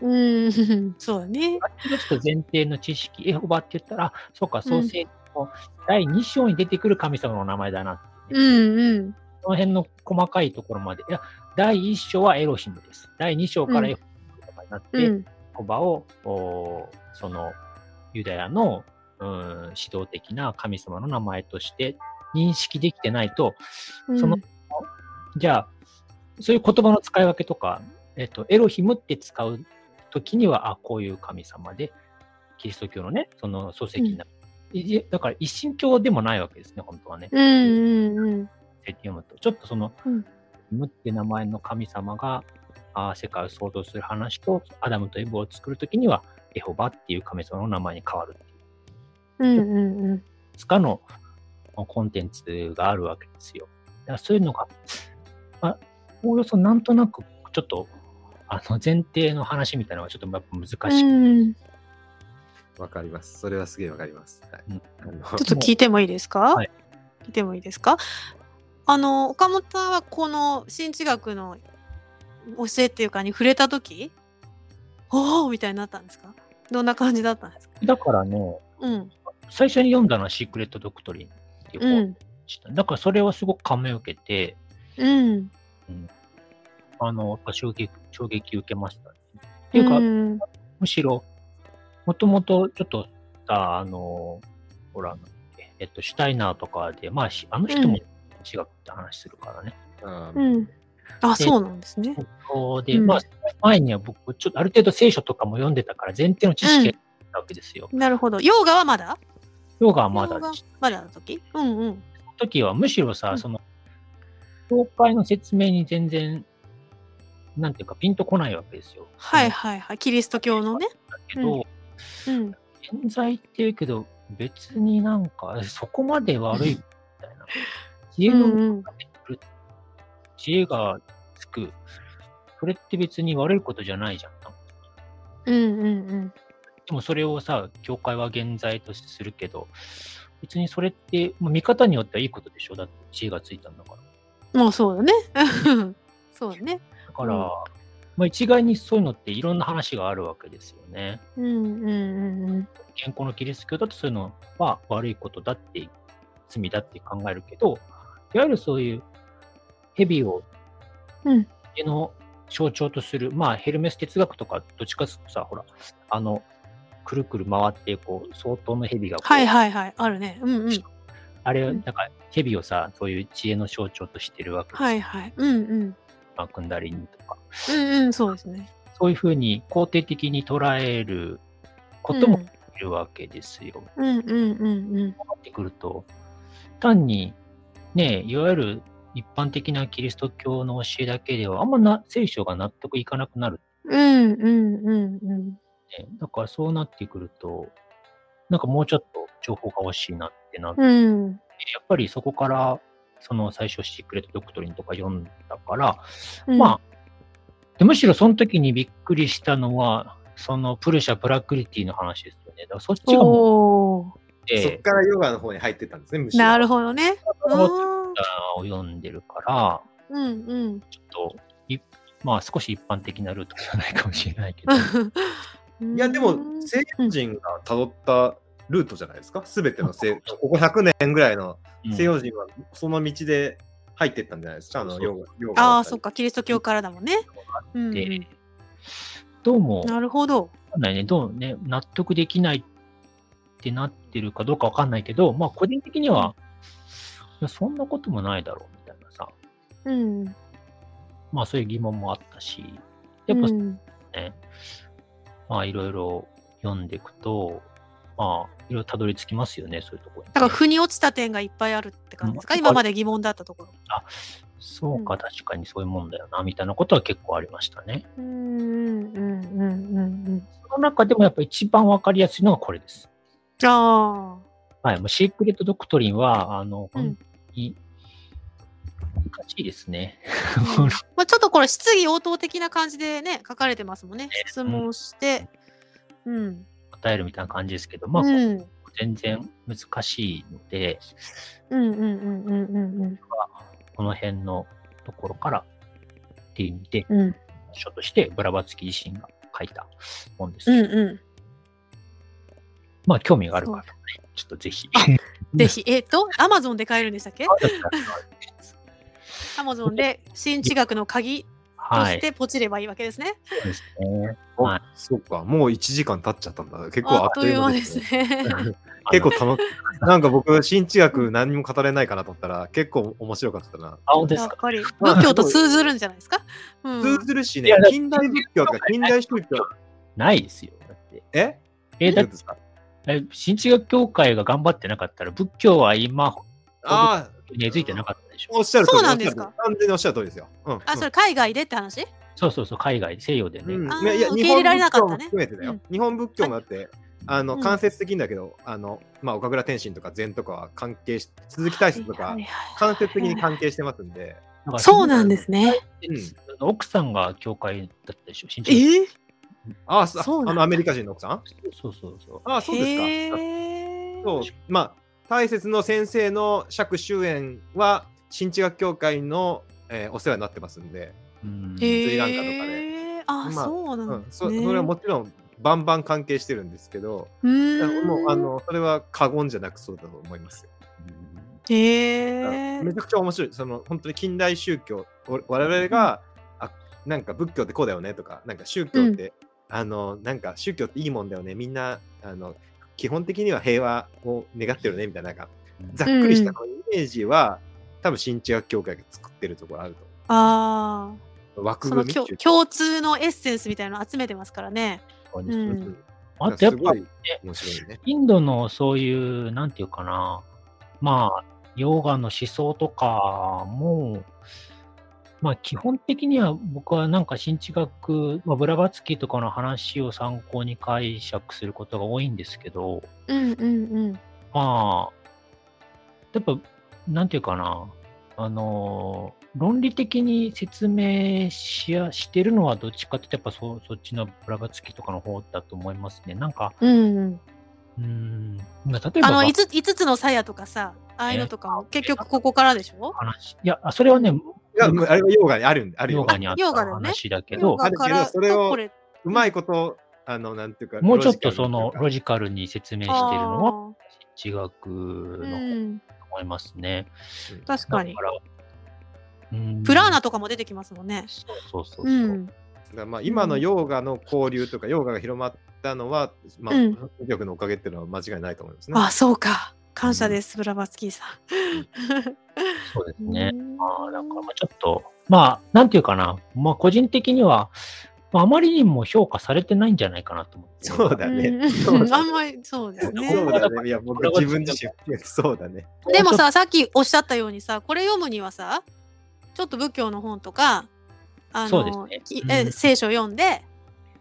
S3: うん。うん。 そうだね。
S4: ある程度ちょっと前提の知識、エホバーって言ったら、あそうか、創世記の第2章に出てくる神様の名前だな。
S3: うんうん。
S4: その辺の細かいところまで。いや、第1章はエロヒムです。第2章からエホバーとかになって、
S3: うん。
S4: コバをおーそのユダヤのうん指導的な神様の名前として認識できてないと、
S3: うん
S4: そのじゃあ、そういう言葉の使い分けとか、えっと、エロヒムって使うときには、あ、こういう神様で、キリスト教のね、その漱石になる。いえだから一神教でもないわけですね、本当はね。
S3: うんうんうん。
S4: って読むと、ちょっとその、
S3: うん
S4: ムって名前の神様があー世界を創造する話と、アダムとエブを作るときには、エホバっていう神様の名前に変わるっていう
S3: うんうんうん。
S4: いくつかのコンテンツがあるわけですよ。だからそういうのが、まあ、おおよそなんとなく、ちょっと、あの前提の話みたいなのがちょっとやっぱ難しくて、
S3: うん
S2: わかります。それはすげえわかります。はい
S4: うん
S2: あの
S3: ちょっと聞いてもいいですか、
S4: はい
S3: 聞いてもいいですかあの岡本さんはこの新知学の教えっていうかに触れた時おおみたいになったんですかどんな感じだったんですか
S4: だからね、
S3: うん
S4: 最初に読んだのはシークレット・ドクトリンっていう
S3: う
S4: 本
S3: ん
S4: でした。だからそれはすごく感銘を受けて、
S3: うん
S4: あの、やっぱ衝撃、衝撃受けましたね、っていうか、
S3: ん
S4: むしろ、もともとちょっとさ、あの、ほら、えっと、シュタイナーとかで、まあ、しあの人も
S3: う
S4: 違って話するからね。
S2: うん
S3: うんあ
S4: で
S3: そうなんですね
S4: そうで、
S3: うん
S4: まあ、前には僕、ちょっとある程度聖書とかも読んでたから、前提の知識があったわけですよ。
S3: なるほどヨーガはまだ
S4: ヨガはまだ
S3: ヨ
S4: で
S3: ガ
S4: す。
S3: まだの時うんうん
S4: その時はむしろ
S3: う
S4: さ、
S3: ん
S4: その、教会の説明に全然、なんていうか、ピンとこないわけですよ。
S3: はいはいはいキリスト教のね
S4: だけど、
S3: うんうん
S4: 冤罪って言うけど、別になんか、えそこまで悪いみたいな。知恵
S3: う
S4: の
S3: んうん
S4: 知恵がつく。それって別に悪いことじゃないじゃん。なんか
S3: うんうん
S4: でもそれをさ、教会は現在とするけど、別にそれって、まあ見方によってはいいことでしょだって知恵がついたんだから。
S3: まあそうだね。 そうだね。
S4: だから、
S3: うん
S4: まあ一概にそういうのっていろんな話があるわけですよね。
S3: うんうんうんうん。
S4: 健康のキリスト教だとそういうのは悪いことだって、罪だって考えるけど、いわゆるそういう蛇を
S3: うん
S4: 家の象徴とする、まあヘルメス哲学とか、どっちかっていうとさ、ほら、あの、くるくる回って、こう、相当の蛇がこう
S3: はいはいはい。あるね。うんうん。
S4: あれ、
S3: う
S4: なんんか、蛇をさ、そういう知恵の象徴としてるわけですよ。
S3: はいはい。うんうん。
S4: まあ、組んだりにとか。
S3: うんうん、そうですね。
S4: そういうふうに肯定的に捉えるこ
S3: うん
S4: ともできるわけですよ。
S3: うんうんうんうん。
S4: そうなってくると、単に、ね、いわゆる一般的なキリスト教の教えだけでは、あんまな聖書が納得いかなくなる
S3: うんうんうんうん。
S4: ね。だからそうなってくると、なんかもうちょっと情報が欲しいなってなって、
S3: うん。
S4: やっぱりそこから、その最初シークレット・ドクトリンとか読んだから、
S3: うん
S4: まあ、でむしろその時にびっくりしたのは、そのプルシャ・プラクリティの話ですよね。だからそっちがも
S3: おお
S4: っ、
S2: そってからヨガの方に入ってったんですね、むしろ。
S3: なるほどね。
S4: そ
S3: あ
S4: の
S3: ー
S4: を読んでるから、
S3: うんうん。
S4: ちょっとい、まあ少し一般的なルートじゃないかもしれないけど、
S3: い
S2: い や、でも、西洋人が辿ったルートじゃないですか、すべての西、ここ100年ぐらいの
S4: うん
S2: 西洋人はその道で入ってったんじゃないですか、あ
S4: そ
S2: の
S4: うそう
S2: ヨガヨガだたり
S3: ああ、そっか、キリスト教からだもんね。うんうん
S4: でどうも、
S3: なるほど。
S4: わかんないね、どうね、納得できないってなってるかどうかわかんないけど、まあ個人的には、いやそんなこともないだろうみたいなさ、
S3: うん。や
S4: まあそういう疑問もあったし、やっぱ
S3: うん、
S4: ね、まあいろいろ読んでいくと、まあいろいろたどり着きますよね、そういうところに、
S3: だから、腑に落ちた点がいっぱいあるって感じですか、
S4: うん
S3: 今まで疑問だったところ。
S4: そうか、確かにそういうもんだよな、みたいなことは結構ありましたね。
S3: うんうんうんうんうん
S4: その中でもやっぱ一番わかりやすいのがこれです。
S3: うん。あ
S4: はい、もうシークレット・ドクトリンは、あの、
S3: うん
S4: 本当に難しいですね。
S3: あ。うんまあ、ちょっとこれ質疑応答的な感じでね、書かれてますもんね。質問して。うん。
S4: 答えるみたいな感じですけど、
S3: う
S4: まあ、
S3: ん。うん
S4: 全然難しいので、
S3: うんうんうんうん
S4: この辺のところからっていう意味で、
S3: うん。うん
S4: 書としてブラバツキ自身が書いたもんですけ
S3: う
S4: ど、
S3: んうん。
S4: まあ、興味がある方、ね、ちょっとぜひ。
S3: ぜひ、えっ、と、アマゾンで買えるんでしたっけアマゾンで新知学の鍵と
S4: は
S3: し
S4: い。
S3: てポチればいいわけですね。
S4: そうですね。
S2: お
S4: はい
S2: そうか、もう1時間経っちゃったんだ。結構
S3: あ
S2: あっ
S3: っと
S2: と
S3: い
S2: いうう
S3: 間
S2: 間
S3: で
S2: ですすね。
S3: ね。
S2: 結構楽しなんか僕、新知学何にも語れないかなと思ったら、結構面白かったな。
S4: 青で
S3: や
S4: す
S3: っ
S4: か。
S3: ぱり仏教と通ずるんじゃないですか。うん
S2: 通、ずるし
S4: い
S2: ね
S4: や、だ
S2: 近代仏教とか近代宗教。
S4: ないですよ。だって。
S2: え
S4: えだ
S2: どういうこと
S4: って
S2: ですか
S4: え新知学協会が頑張ってなかったら、仏教は今、
S2: ああ、
S4: 根付いてなかったでしょ。
S2: おっしゃる通り
S3: そうなんですか
S2: おっしゃる通り完全におっしゃる通りですよ。うん、
S3: あ、それ海外でって話
S4: そうそうそう、海外、西洋でね。
S2: うん
S3: あー
S2: いやいや
S3: 受け入れられなかったね
S2: 日本仏教も含めてだよ、
S3: うん
S2: 日本仏教もだって、あの
S3: うん
S2: 間接的にだけど、あのまあ、岡倉天心とか禅とかは関係し鈴木大拙と
S3: は
S2: か
S3: いはい
S2: 間接的に関係してますんで、
S4: なんか
S3: そうなんですね。
S4: 奥さんが教会だったでしょ、新
S3: えー、
S2: ああそ
S3: そうなん
S2: あ
S3: だ
S2: のアメリカ人の奥さん
S4: そうそうそう。
S2: ああそうですか、
S3: へー
S2: そうまあ大拙の先生の釈修園は新知学協会の、えーお世話になってますんで、
S4: うん
S3: へー
S2: スリランカとかね
S3: あ、
S2: まあ
S3: そう
S2: う
S3: なん
S2: ん
S3: です
S2: そ
S3: ね。
S2: それはもちろんバンバン関係してるんですけど、
S3: うーん
S2: もうあのそれは過言じゃなくそうだと思いますよ
S3: へ
S2: め
S3: ー
S2: ちゃくちゃ面白い。その本当に近代宗教、お我々が、あなんか仏教ってこうだよねとか、なんか宗教って、あのなんか宗教っていいもんだよね。みんなあの基本的には平和を願ってるねみたいななんかざっくりしたこのイメージは、多分新知学協会が作ってるところあると
S3: あ
S2: 思う。
S3: あ、
S2: 枠
S3: そ
S2: 組
S3: の
S2: み
S3: きょ
S2: っていう
S3: 共通のエッセンスみたいなの集めてますからね。
S4: うん
S3: うん
S4: あ
S2: なん
S4: と
S2: か
S4: や
S2: す
S4: っ
S2: ご
S4: ぱ
S2: い面白いね。
S4: インドのそういう、なんていうかな、まあ、ヨガの思想とかも、まあ基本的には僕はなんか新知学、まあ、ブラバツキーとかの話を参考に解釈することが多いんですけど、
S3: うんうんうん。
S4: まあ、やっぱ、なんていうかな、あのー論理的に説明しやしてるのはどっちかって言ったらやっぱそそっちのブラバツキとかの方だと思いますね。なんか、
S3: うん、
S4: うーん、まあ例えば
S3: あの 5, 5つの鞘とかさああいうのとかも結局ここからでしょ
S4: 話、いや、あそれはね、
S2: いや、もうあれはヨガにあるんある
S4: ヨ
S2: よ。
S4: ガにあっ
S3: ヨ
S4: た
S3: ガだよね
S4: 話だけ
S2: ヨ
S4: ど、
S2: ガ
S3: だから
S2: あるけどそれを
S3: とこれ
S2: うまいこと、あの、なんていうか、
S4: もうちょっと
S2: ロジカ
S4: そ
S2: ルに
S4: の
S2: というか
S4: ロジカルに説明してるのは
S3: あ
S4: 地学
S3: ー
S4: の
S3: う
S4: 方だ
S3: ん、
S4: と思いますね。
S3: 確
S4: だ
S3: か
S4: か
S3: に
S4: ら、うん
S3: プラーナとかも出てきますもんね。
S4: そうそうそうそう。
S3: うん
S2: だからまあ今のヨガの交流とか、ヨガが広まったのは、まあ、
S3: うん
S2: 文学のおかげっていうのは間違いないと思いますね。
S3: あそうか。感謝です、ブラバツキーさ
S4: そうです
S3: ん。
S4: ね。
S3: うん
S4: まあ、だから、まあちょっと、まあ、なんていうかな、まあ、個人的には、まあ、あまりにも評価されてないんじゃないかなと思って。
S2: そうだね。そううん
S3: あ
S2: だ
S3: ん
S2: ね
S3: まりそうです ね。
S2: そうだね。いや、僕自分自身、 そうだね。
S3: でも、ささっきおっしゃったようにさこれ読むにはさちょっと仏教の本とかあ
S4: そうです
S3: の、
S4: ね
S3: き
S4: う
S3: え
S4: ん
S3: 聖書読んで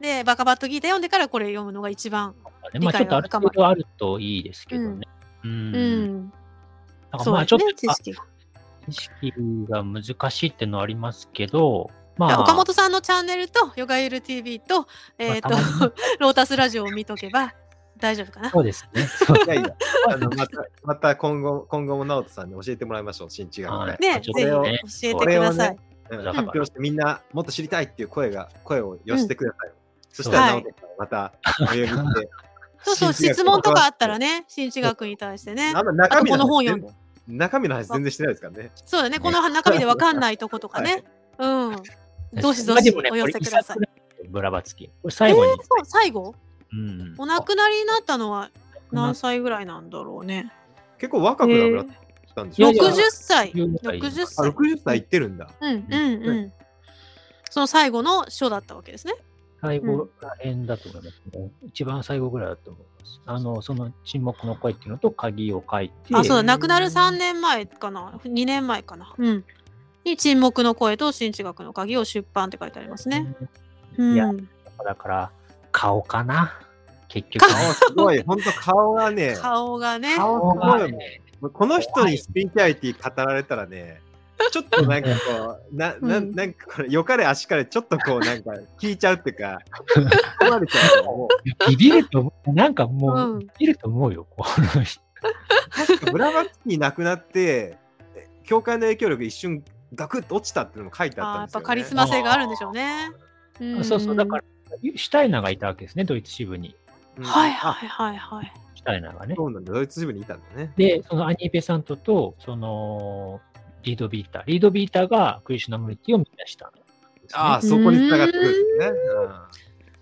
S3: でバカバットギータ読んでからこれ読むのが一番。
S4: まあ、ちょっと
S3: 理解は
S4: ある
S3: 深ま
S4: 程
S3: る
S4: 度あるといいですけどね。うん。
S3: うん、
S4: だから、
S3: そう
S4: ま
S3: だ
S4: あ、ちょ
S3: よ
S4: っと
S3: ね、知識が。
S4: あ知識が難しいってのはありますけど、ま
S3: だから岡
S4: あ、
S3: 本さんのチャンネルとヨガゆる TV と,、えーと
S4: まあたま
S3: ロータスラジオを見とけば大丈夫かな。
S4: そうです ね。そう
S2: いやいや、あのまた、また今後、今後も直人さんに教えてもらいましょう、新知学
S4: は
S2: ね。
S4: い
S3: ね
S4: まあ
S3: ぜ
S4: ち
S3: ひ
S4: ょ
S3: 教
S4: っ
S2: こ
S3: えて
S4: とね
S3: く
S2: れを
S3: だ
S2: ね
S3: さい。
S2: うん
S4: だから
S2: 発表して、みんなもっと知りたいっていう声が、声を寄せてください。そしたら
S3: は
S2: 直
S3: い
S2: 人さん、また、お呼びして。
S3: そうそう
S2: 新知学
S3: 質問とかあったらね新知学に対してね
S2: あんま中身
S3: あとこの本
S2: 話
S3: 読んで
S2: 中身の話全然してないですからね。
S3: そうだねこの中身で分かんないとことかね。うん。 どしど
S4: まあで
S3: し
S4: もね
S3: お寄せください。
S4: こ。れ一冊なんでブラバツキ。これ最後に。
S3: そう最後
S4: うん
S3: お亡くなりになったのは何
S4: な
S3: 歳ぐらいなんだろうね。
S2: 結構若くなくなったんでしょ、
S4: えーいやいや
S3: 60歳。
S4: 60歳
S3: 60
S2: あ
S3: 歳。
S2: 60歳いってるんだ。
S3: うんうんうん。その最後の書だったわけですね。
S4: 最
S3: う
S4: 後ら辺だと思いますね。一番最後ぐらいだと思います。あの、その沈黙の声っていうのと鍵を書いて、
S3: あ、そうだ、
S2: うん
S3: 亡くなる3年前かな、2年前かな。うん。に沈黙の声と新知学の鍵を出版って書いてありますね。う
S4: いや
S3: ん。
S4: だから、顔かな。結局、
S2: 顔すごい、本当顔がね、
S3: 顔がね。
S2: 顔
S4: 顔
S2: すご
S4: が
S2: いもんこの人にスピリチュアリティ語られたらね、ちょっとなんかこう、なな
S3: うん
S2: なんかこれ、よかれ足かれ、ちょっとこうなんか聞いちゃうっていうか、困れちゃうよも
S4: ビビると思う、なんかもう、
S3: うん
S4: ビビると思うよ、この人。
S2: うブラバッキー亡くなって、教会の影響力一瞬ガクッと落ちたっていうのも書いてあ
S3: あー
S2: った
S3: や
S2: ん
S3: っ
S2: ですよ、
S3: ぱ
S2: ね。
S3: カリスマ性があるんでしょうね。ん
S4: そうそう、だから、シュタイナーがいたわけですね、ドイツ支部に。
S2: うん
S3: はいはいはいはい。
S4: シュタイナーがね
S2: あ。そうなんだ、ドイツ支部にいたんだね。
S4: で、そのアニーベサントと、その、リードビーター。リードビーターがクリシュナムリティを見出したの、
S2: ああ、そこに繋がってくるんですね。うん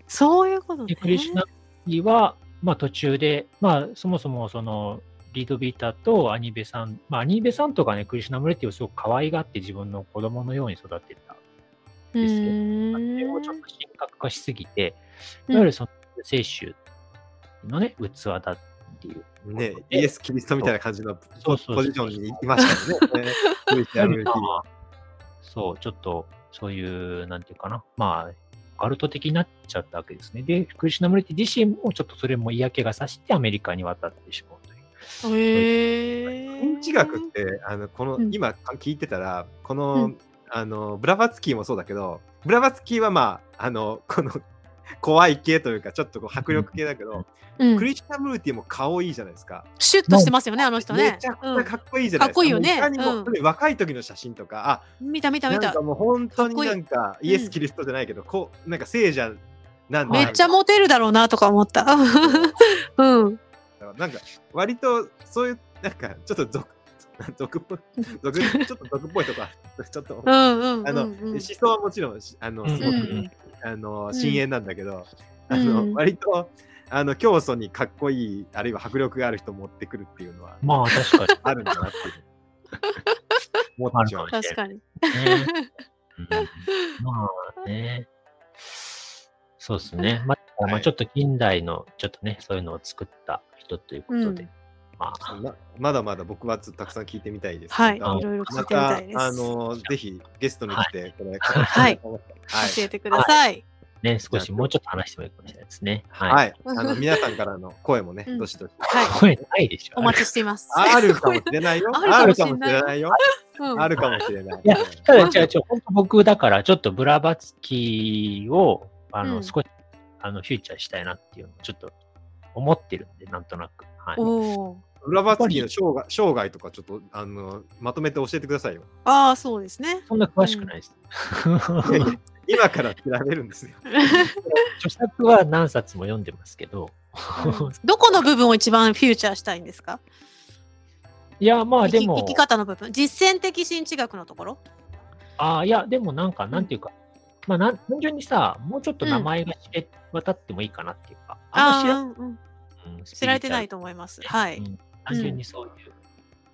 S3: そういうこと
S4: で
S3: ね。
S4: クリシュナには、まあ、途中で、まあ、そもそもそのリードビーターとアニベさん、まあ、アニベさんとかね、クリシュナムレティをすごく可愛がって自分の子供のように育てた。
S3: う
S4: ですけど
S3: ーん
S4: でもちょっと神格化しすぎて、
S3: うん
S4: いわゆるその聖衆のね、器だっていう。
S2: ね、
S4: で
S2: イエス・キリストみたいな感じの
S4: そ
S2: ポ
S4: うそうそう
S2: ポジションにいました よね。ね VTR
S4: まあそう、ちょっと、そういう、なんていうかな、まあ、オカルト的になっちゃったわけですね。で、クリシュナムレティ自身もちょっとそれも嫌気がさしてアメリカに渡ってしまうという。
S3: へー
S2: 認知学って、あのこの、
S3: うん
S2: 今聞いてたら、こ
S3: う
S2: の,、
S3: ん
S2: あのブラバツキーもそうだけど、ブラバツキーはまあ、あのこの怖い系というか、ちょっとこう迫力系だけど、
S3: うん
S2: クリスタムルティも顔いいじゃないですか。
S3: シュッとしてますよね、あの人
S2: め
S3: ね
S2: ちゃく。ち
S3: う
S2: ゃ
S3: ん
S2: かっこいいじゃないですか。
S3: かっこいいよね
S2: もうかにも
S3: うん
S2: 特に若い時の写真とか、
S3: 見た見た
S2: あ、
S3: 見
S2: なん
S3: た
S2: か。もう本当に
S3: かっこいい
S2: なんかイエス・キリストじゃないけど、こう、なんか聖者なんだ
S3: めっちゃモテるだろうなとか思った。 うん。
S2: なんか割とそういうなんかちょっと俗俗っぽい俗ちょっと俗っぽいとかちょっと
S3: う。んうんうんうん。
S2: あの、思想はもちろんしあのすごく、
S4: うん
S2: あの
S3: ん
S2: 深淵なんだけど、あ
S3: うん
S2: の割とあの教祖にかっこいいあるいは迫力がある人持ってくるっていうのは
S4: まあ、確かに。
S2: あるんだなっていう 思ってしまう
S4: ある
S3: 確かに。
S4: ねうんまあね。そうですね。まあ、
S2: はい
S4: まあちょっと近代の、ちょっとね、そういうのを作った人ということで。
S3: うん
S4: まあ、
S2: ままだまだ僕はちょっとたくさん聞いてみたいです
S3: はい。い
S2: また
S3: ろいろ聞
S2: ま
S3: いてみた
S2: た
S3: いです。
S2: あ
S3: 教
S2: のぜひゲストに来てこれ、
S3: はい
S2: 語ってもらおうと思います
S3: えてください。
S4: ね、少しもうちょっと話してもいいかもしれないですね。はい。
S2: はい。あの、皆さんからの声もね、
S3: うん
S2: どしどし。
S3: はい。
S4: 声ないでしょ。
S3: お待ちしています。
S2: あるかもしれないよ。あ
S3: あ
S2: る
S3: る
S2: か
S3: か
S2: も
S3: も
S2: し
S3: し
S2: れ
S3: れ
S2: な
S3: ない
S2: よ。
S3: うん
S2: あるかもしれない。
S4: いや
S2: うん
S4: ただ、違う違う、本当僕だから、ちょっとブラバツキを、あの、
S3: うん
S4: 少し、あの、フューチャーしたいなっていうのを、ちょっと思ってるんで、なんとなく。はい。
S3: おお。
S2: 裏バツキーの生涯生涯とか、ちょっと、あの、まとめて教えてください よ。
S3: ああ、そうで すね。
S4: そんな詳しくないです。
S2: いやいや今から調べるんですよ。
S4: 著作は何冊も読んでますけど、
S3: どこの部分を一番フューチャーしたいんですか
S4: いや、まあ
S3: 生
S4: で
S3: き
S4: も
S3: 生、き方の部分。実践的心地学のところ
S4: ああ、いや、でもなんか、なんていうか、まあ、なん単純にさ、もうちょっと名前が知れ渡ってもいいかなっていうか、んま知ら
S3: あー、うん
S4: うん
S3: 知られてないと思います。は
S4: う
S3: い。
S4: ん単純にそういう。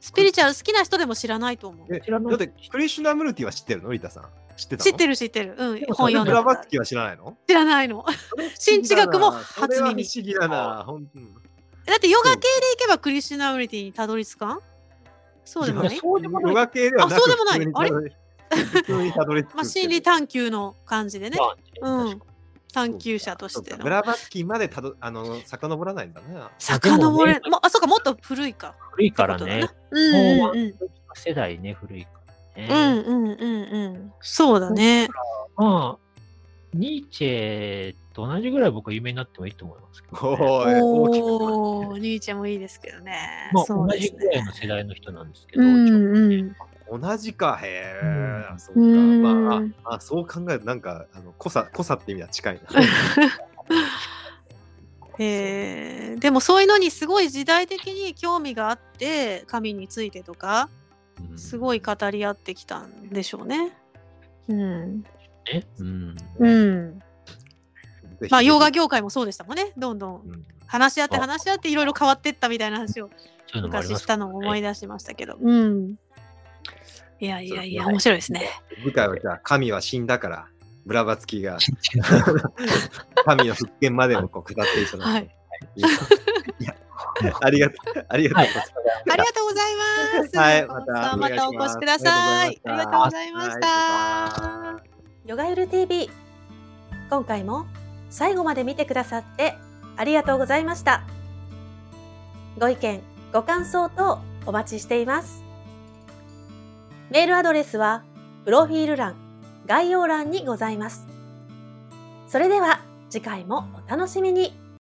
S3: スピリチュアル好きな人でも知らないと思う。
S2: え
S4: 知らない
S2: だって、クリシュナムルティは知ってるのリタさん。知ってたの
S3: 知ってる知ってる。うん
S4: でも、そ
S3: 本
S4: れ
S3: 読ん
S2: ブ
S3: で
S2: ラ
S3: たこ
S2: バ
S3: と
S2: ツ
S3: ある
S2: キーは知らないの
S3: 知らないの。 新知学も初耳
S2: それは不思議だな。ほんうん
S3: だってヨガ系で行けばクリシュナムリティにたどり着かんそうでも
S4: い
S3: ね
S4: や。そうでもない
S2: ヨガ系ではなく
S3: あそうでもないあれ
S2: 普通にたどり着く。
S3: まあ心理探求の感じでね
S4: ま。あ
S3: うん
S4: 確かに
S3: 探求者とし
S2: そ
S3: て
S2: うか
S3: の
S2: ブ。ラバツキーまでたど、あの、遡らないんだな。
S3: 遡れ、も あ、そうか、もっと古いか。
S4: 古いから
S3: って
S4: ね
S3: こ。うん
S4: も
S3: うんうん。
S4: 世代ね、古いからね。
S3: うんうんうんうん。そうだね。
S4: まあ、ニーチェと同じぐらい僕は有名になってもいいと思いますけ
S2: お
S4: ど、ね。
S2: おい、大きく
S3: おおー、兄ちゃんもいいですけどね。
S4: まあ、
S3: そう
S4: 同
S3: で
S4: じ
S3: す
S4: ぐらい
S3: ね。
S4: の世代の人なんですけど、
S3: うん
S4: ちょっとね
S3: うん
S2: 同じか、へえ、
S4: うん
S2: そうか。
S3: うん
S2: まああ、あ、そう考えると、なんか、あの、濃さ、濃さって意味は近いな。
S3: へえ。でもそういうのにすごい時代的に興味があって、神についてとか、
S4: うん
S3: すごい語り合ってきたんでしょうね。うん。
S4: ね。うん。
S3: うん。
S2: ぜひ
S3: まあ、洋画業界もそうでしたもんね。どんどん
S2: うん
S3: 話し合って話し合っていろいろ変わってったみたいな話を
S4: そういうのもあり
S3: 昔
S4: ま
S3: し
S4: すか
S3: た
S4: らね、
S3: のを思い出しましたけど。うん。いやいやいや、面白いですね。
S2: 次回はじゃあ、神は死んだから、ブラバツキ が神の復権までをこう下っていそうな。
S3: はい
S2: いや。いやありがとう。ありがとう。
S4: はい
S3: ありがとうございます。
S2: はい
S3: 中
S2: ま
S3: 野
S2: た
S3: さん
S2: お
S3: ま
S2: 願い
S3: た
S2: し
S3: お
S2: ます
S3: 越しください。
S2: あ
S3: あ
S2: り
S3: り
S2: が
S3: が
S2: とう
S3: とう
S2: ご
S3: ご
S2: ざ
S3: ざ
S2: い
S3: い
S2: ま
S3: ま
S2: し
S3: したた。
S1: ヨガユル TV 今回も最後まで見てくださってありがとうございましたご意見ご感想等お待ちしていますメールアドレスはプロフィール欄概要欄にございますそれでは次回もお楽しみに